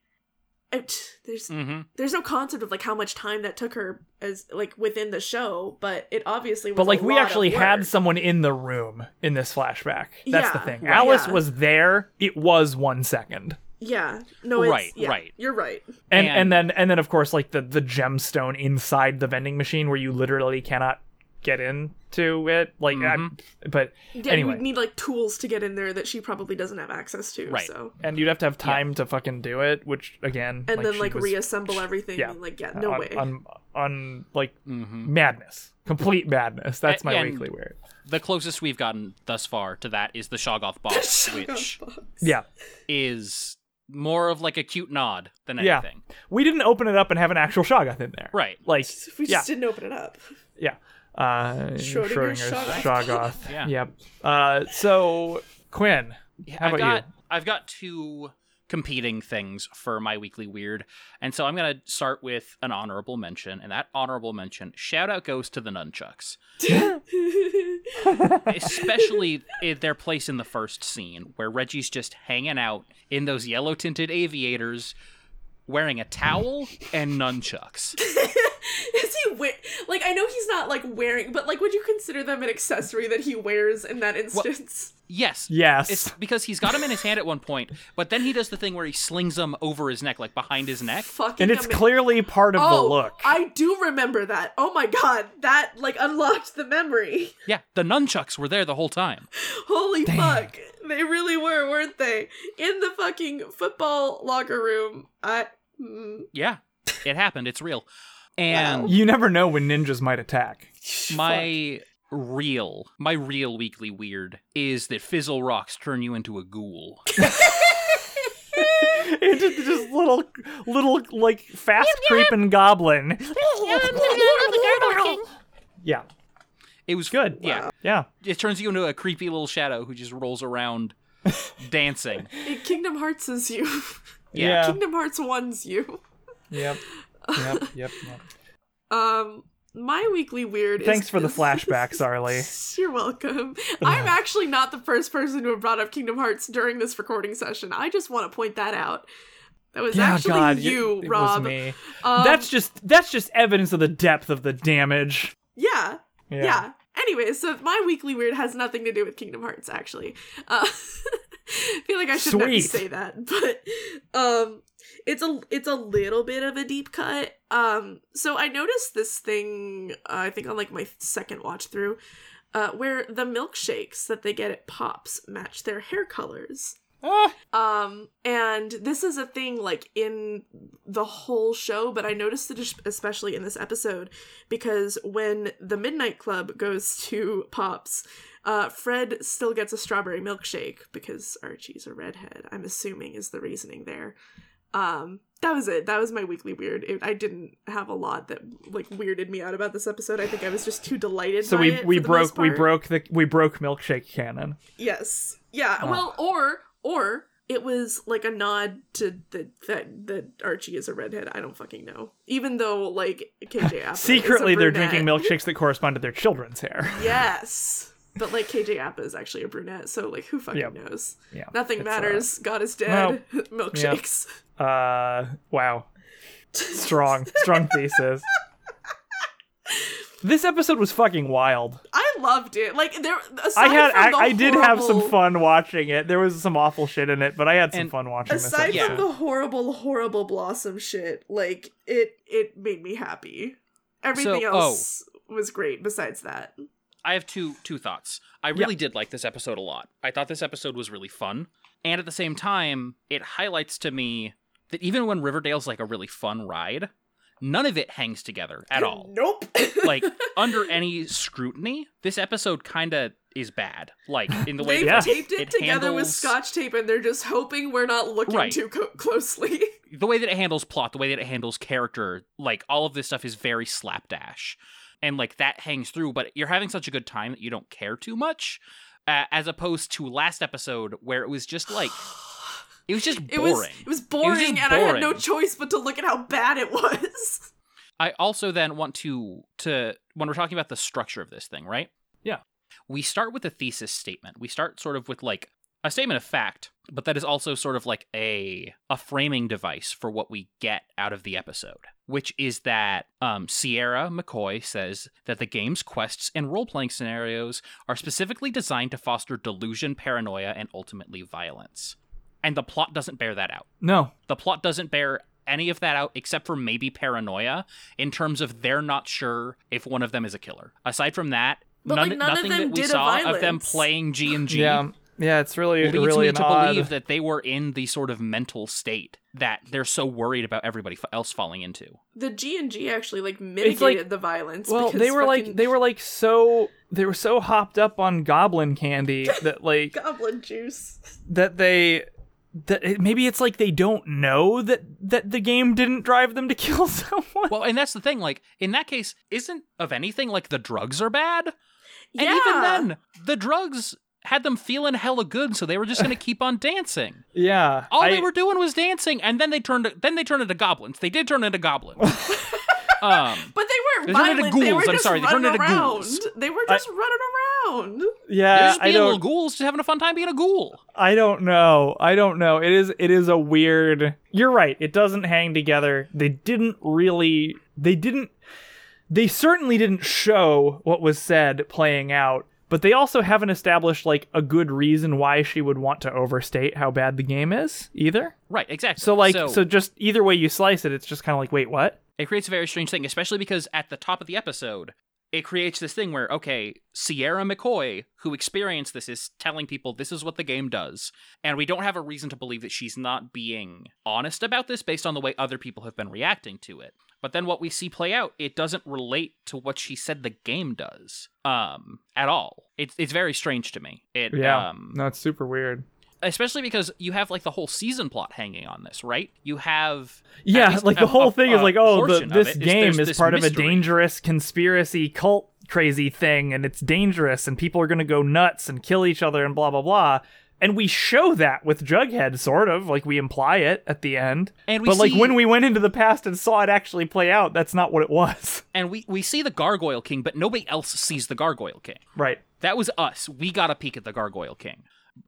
S3: it, there's
S2: Mm-hmm.
S3: there's no concept of like how much time that took her as like within the show, but it obviously was
S1: but like
S3: a
S1: we
S3: lot of
S1: actually had
S3: work.
S1: someone in the room in this flashback that's the
S3: Yeah,
S1: thing
S3: right.
S1: alice
S3: Yeah.
S1: was there it was one second
S3: Yeah. No, it's,
S2: Right,
S3: yeah,
S2: right.
S3: You're right.
S1: and, and
S2: And-
S1: then and then of course like the the gemstone inside the vending machine where you literally cannot get into it like
S2: Mhm.
S1: I, but
S3: Yeah,
S1: anyway
S3: you would need like tools to get in there that she probably doesn't have access to.
S2: Right.
S3: So
S1: and you'd have to have time to fucking do it which again
S3: and then
S1: she
S3: like
S1: was uh,
S3: reassemble everything.
S1: yeah. Uh,
S3: and, like yeah, no
S1: on,
S3: way. <laughs>
S1: on on like
S2: hmm
S1: madness complete madness that's my
S2: And-
S1: weekly weird
S2: The closest we've gotten thus far to that is <laughs> the Shoggoth box,
S3: Shut
S2: which
S3: up.
S1: yeah
S2: is more of like a cute nod than
S1: Yeah.
S2: anything.
S1: we didn't open it up and have an actual shoggoth in there
S2: Right.
S1: like
S3: We just
S1: yeah
S3: didn't open it up. <laughs>
S1: Yeah. Uh, Schrodinger's
S3: Schrodinger's
S1: Shoggoth.
S3: Shoggoth.
S2: Yeah.
S1: Yep. Uh, so Quinn, how
S2: I've
S1: about
S2: got
S1: you?
S2: I've got two competing things for my weekly weird. And so I'm going to start with an honorable mention and that honorable mention shout out goes to the nunchucks. especially i- their place in the first scene where Reggie's just hanging out in those yellow tinted aviators wearing a towel and nunchucks.
S3: Is he wear- like I know he's not like wearing, but like would you consider them an accessory that he wears in that instance? <laughs>
S2: Yes.
S1: Yes.
S2: It's because he's got them in his hand at one point, but then he does the thing where he slings them over his neck, like behind his neck.
S3: Fucking
S1: and it's
S3: ama-
S1: clearly part of
S3: Oh,
S1: the look.
S3: I do remember that. Oh my god, that like unlocked the memory. <laughs>
S2: Yeah, the nunchucks were there the whole time.
S3: Holy fuck. They really were, weren't they? In the fucking football locker room. I mm,
S2: Yeah, it happened. It's real. And
S1: you never know when ninjas might
S3: <laughs>
S1: attack.
S2: my real, my real weekly weird is that fizzle rocks turn you into a ghoul.
S1: It's just, just little, little like fast creeping goblin.
S4: Yeah, I'm the man of the Gargoyle King.
S1: Yeah.
S2: It was
S1: Good.
S2: Yeah,
S1: Yeah.
S2: it turns you into a creepy little shadow who just rolls around dancing.
S3: it Kingdom Hearts is you. <laughs>
S2: Yeah.
S1: Yeah.
S3: Kingdom Hearts 1's you.
S1: Yep. Yep. Yep.
S3: <laughs>
S1: yep.
S3: Um my weekly weird
S1: Thanks
S3: is <laughs>
S1: for the
S3: is-
S1: flashback, Sarly.
S3: <laughs> You're welcome.
S1: <laughs>
S3: I'm actually not the first person to have brought up Kingdom Hearts during this recording session. I just want to point that out. That was
S1: Yeah,
S3: actually
S1: God,
S3: you,
S1: it was
S3: Rob.
S1: me.
S3: Um,
S1: that's just that's just evidence of the depth of the damage.
S3: yeah, yeah. Anyway, so my weekly weird has nothing to do with Kingdom Hearts, actually. Uh, <laughs> I feel like I should
S1: Sweet.
S3: not say that, <laughs> but um, it's a it's a little bit of a deep cut. Um, so I noticed this thing. Uh, I think on like my second watch through, uh, where the milkshakes that they get at Pops match their hair colors.
S1: Ah.
S3: Um, and this is a thing like in the whole show, but I noticed it es- especially in this episode because when the Midnight Club goes <laughs> to Pops, uh, Fred still gets a strawberry milkshake because Archie's a redhead. I'm assuming is the reasoning there. Um, that was it. That was my weekly weird. It, I didn't have a lot that like weirded me out about this episode. I think I was just too delighted.
S1: So
S3: by
S1: we
S3: it
S1: we
S3: for the most
S1: broke we
S3: part.
S1: broke the we broke milkshake cannon.
S3: Yes. Yeah.
S1: Oh.
S3: Well, or or it was like a nod to the that that Archie is a redhead. I don't fucking know. Even though like KJ
S1: <laughs>
S3: Appa is a
S1: Secretly, they're
S3: brunette.
S1: drinking milkshakes that correspond to their children's hair.
S3: <laughs> Yes. But like KJ Appa is actually a brunette, so like who fucking
S1: Yep.
S3: knows?
S1: Yeah,
S3: Nothing
S1: it's, uh,
S3: matters. God is dead. <laughs> Milkshakes.
S1: Uh, wow,
S2: <laughs>
S1: strong, strong thesis. This episode was fucking wild.
S3: I loved it. Like there, aside
S1: I had,
S3: from the
S1: I, I did have some
S3: horrible-
S1: fun watching it. There was some awful shit in it, but I had some
S2: And
S1: fun watching this.
S3: Aside
S1: episode.
S3: from the horrible, horrible blossom shit, like it, it made me happy. Everything
S2: So-
S3: else was great. Besides that,
S2: I have two two thoughts. I really did like this episode a lot. I thought this episode was really fun, and at the same time, it highlights to me that even when Riverdale's like a really fun ride, none of it hangs together
S3: <clears throat>
S2: at all.
S3: Nope. <laughs>
S2: Like under any scrutiny, this episode kind of is bad. Like in the way
S3: They've
S1: Yeah.
S2: that
S3: taped it,
S2: it
S3: together with
S2: handles-
S3: scotch tape, and they're just hoping we're not looking
S2: Right.
S3: too co- closely.
S2: the way that it handles plot, the way that it handles character, like all of this stuff is very slapdash. And like that hangs through, but you're having such a good time that you don't care too much, uh, as opposed to last episode where it was just <laughs> like, it was just
S3: It
S2: boring.
S3: was it was boring,
S2: just
S3: and I had no
S2: boring.
S3: choice but to look at how bad it was. <laughs>
S2: I also then want to to when we're talking about the structure of this thing, right?
S1: Yeah.
S2: We start with a thesis statement. We start sort of with like a statement of fact, but that is also sort of like a a framing device for what we get out of the episode, which is that um, Sierra McCoy says that the game's quests and role playing scenarios are specifically designed to foster delusion, paranoia, and ultimately violence. and the plot doesn't bear that out.
S1: No.
S2: The plot doesn't bear any of that out except for maybe paranoia in terms of they're not sure if one of them is a killer. Aside from that,
S3: But,
S2: none,
S3: like, none of
S2: nothing
S3: them
S2: that we
S3: did a
S2: saw of them
S3: violence.
S2: playing G and
S1: <laughs>
S2: G
S1: Yeah. Yeah, it's really
S2: leads
S1: really
S2: me
S1: an
S2: to
S1: odd...
S2: believe that they were in the sort of mental state that they're so worried about everybody f- else falling into.
S3: The G and G actually like mitigated the violence.
S1: well,
S3: because
S1: they were
S3: fucking
S1: like they were like so they were so hopped up on goblin
S2: <laughs>
S1: candy that like
S3: goblin juice.
S1: that they that it, maybe it's like they don't know that that the game didn't drive them to kill <laughs> someone.
S2: Well, and that's the thing. Like in that case, isn't of anything like the drugs are bad? <laughs> And
S3: yeah.
S2: even then, the drugs had them feeling hella good, so they were just
S3: <laughs>
S2: gonna keep on dancing.
S1: yeah.
S2: All
S1: I-
S2: they were doing was dancing, and then they turned then they turned into goblins. They did turn into
S1: <laughs>
S2: goblins. um,
S3: But they weren't
S2: They turned into
S3: violent. they were
S2: ghouls,
S3: just
S2: I'm sorry, they
S3: running
S2: turned into
S3: around.
S2: ghouls.
S3: They were just running around.
S2: they're
S1: Yeah,
S2: just
S1: Uh, I
S2: being little
S1: don't
S2: ghouls, just having a fun time being a ghoul.
S1: I don't know. I don't know. It is it is a weird. You're right. It doesn't hang together. They didn't really they didn't they certainly didn't show what was said playing out, but they also haven't established like a good reason why she would want to overstate how bad the game is either.
S2: Right, exactly.
S1: So like so, just either way you slice it, it's just kind of like, "Wait, what?"
S2: it creates a very strange thing, especially because at the top of the episode, it creates this thing where, okay, Sierra McCoy, who experienced this, is telling people this is what the game does. And we don't have a reason to believe that she's not being honest about this based on the way other people have been reacting to it. But then what we see play out, it doesn't relate to what she said the game does um, at all. It's, it's very strange to me. It,
S1: Yeah.
S2: um,
S1: no, it's super weird.
S2: especially because you have like the whole season plot hanging on this, right? You have at
S1: Yeah,
S2: least
S1: like
S2: a-
S1: the whole
S2: a-
S1: thing
S2: a
S1: is like, oh, the,
S2: portion of
S1: this
S2: it is
S1: game
S2: there's
S1: is
S2: this
S1: part of a
S2: mystery.
S1: dangerous conspiracy cult crazy thing, and it's dangerous, and people are going to go nuts and kill each other, and blah blah blah. And we show that with Jughead, sort of like we imply it at the end.
S2: And we
S1: but like
S2: see-
S1: when we went into the past and saw it actually play out, that's not what it was. <laughs>
S2: and we we see the gargoyle king but nobody else sees the gargoyle king
S1: Right.
S2: that was us we got a peek at the gargoyle king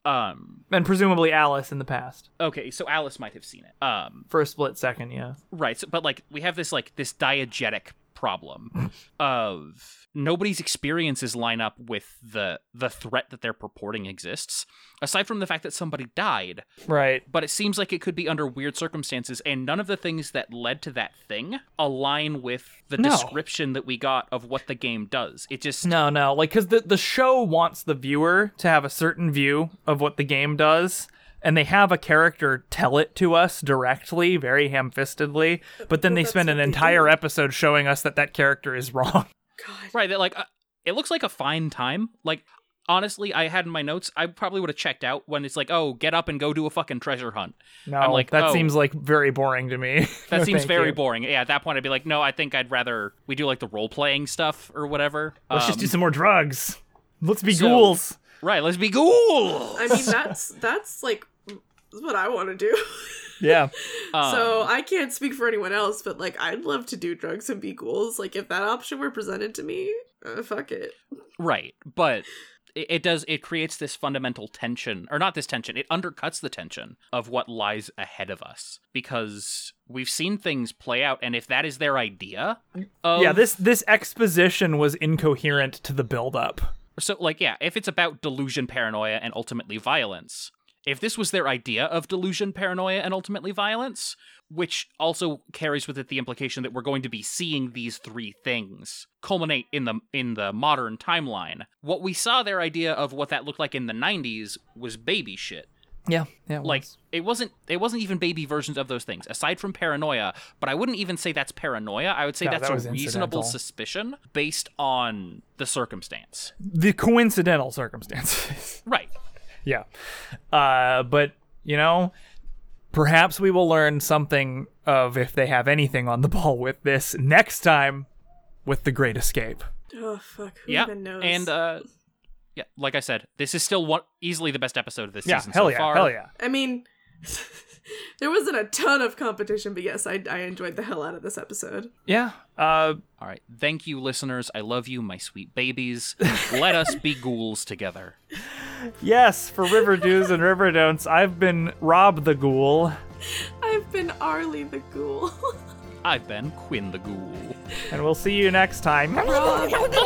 S2: um
S1: And presumably Alice in the past
S2: okay so alice might have seen it um
S1: for a split second. Yeah.
S2: right so, but like we have this like this diegetic
S1: <laughs>
S2: problem of nobody's experiences line up with the the threat that they're purporting exists aside from the fact that somebody died
S1: Right.
S2: but it seems like it could be under weird circumstances and none of the things that led to that thing align with the
S1: No.
S2: description that we got of what the game does it just
S1: No, no, like because the the show wants the viewer to have a certain view of what the game does, and they have a character tell it to us directly, very ham-fistedly. But then
S3: Well,
S1: they
S3: that's
S1: spend an
S3: what they
S1: entire
S3: do.
S1: episode showing us that that character is wrong. <laughs>
S3: God.
S2: Right. That like uh, it looks like a fine time. Like honestly, I had in my notes, I probably would have checked out when it's like, oh, get up and go do a fucking
S1: <laughs>
S2: treasure hunt.
S1: No,
S2: I'm like,
S1: that
S2: oh.
S1: seems like very boring to me. <laughs>
S2: That
S1: No,
S2: seems
S1: thank
S2: very
S1: you.
S2: boring. Yeah, at that point, I'd be like, no, I think I'd rather we do like the role playing stuff or whatever.
S1: Let's just
S2: Um,
S1: do some more drugs. Let's be
S2: so-
S1: ghouls.
S2: right. Let's be ghouls.
S3: I mean, that's that's like what I want to do.
S1: Yeah,
S2: Um,
S3: <laughs> so I can't speak for anyone else, but like I'd love to do drugs and be ghouls. Like if that option were presented to me, uh, fuck it.
S2: Right, but it, it does it creates this fundamental tension, or not this tension. It undercuts the tension of what lies ahead of us because we've seen things play out, and if that is their idea,
S1: <laughs>
S2: of,
S1: yeah. This this exposition was incoherent to the build-up.
S2: so like yeah, if it's about delusion, paranoia, and ultimately violence. If this was their idea of delusion, paranoia, and ultimately violence, which also carries with it the implication that we're going to be seeing these three things culminate in the in the modern timeline. What we saw their idea of what that looked like in the 90s was baby shit.
S1: Yeah, yeah. it
S2: Like
S1: was.
S2: it wasn't it wasn't even baby versions of those things aside from paranoia, but I wouldn't even say that's paranoia. I would say
S1: No,
S2: that's
S1: that was
S2: a reasonable
S1: incidental.
S2: suspicion based on the circumstance.
S1: the coincidental circumstances.
S2: Right.
S1: Yeah. Uh, but, you know, perhaps we will learn something of if they have anything on the <laughs> ball with this next time with The Great Escape.
S3: Oh fuck, who
S2: yeah.
S3: even knows?
S2: And uh yeah, like I said, this is still one easily the best episode of this
S1: Yeah,
S2: season
S1: hell
S2: so
S1: yeah,
S2: far.
S1: hell yeah.
S3: I mean, there wasn't a ton of competition, but yes, I I enjoyed the hell out of this episode.
S1: Yeah. Uh,
S2: All right. Thank you listeners. I love you, my sweet
S1: <laughs>
S2: babies. Let us be ghouls together.
S1: yes, for River Do's and River Don'ts, I've been Rob the Ghoul.
S3: I've been Arlie the ghoul.
S2: I've been Quinn the ghoul.
S1: and we'll see you next time.
S3: Rob.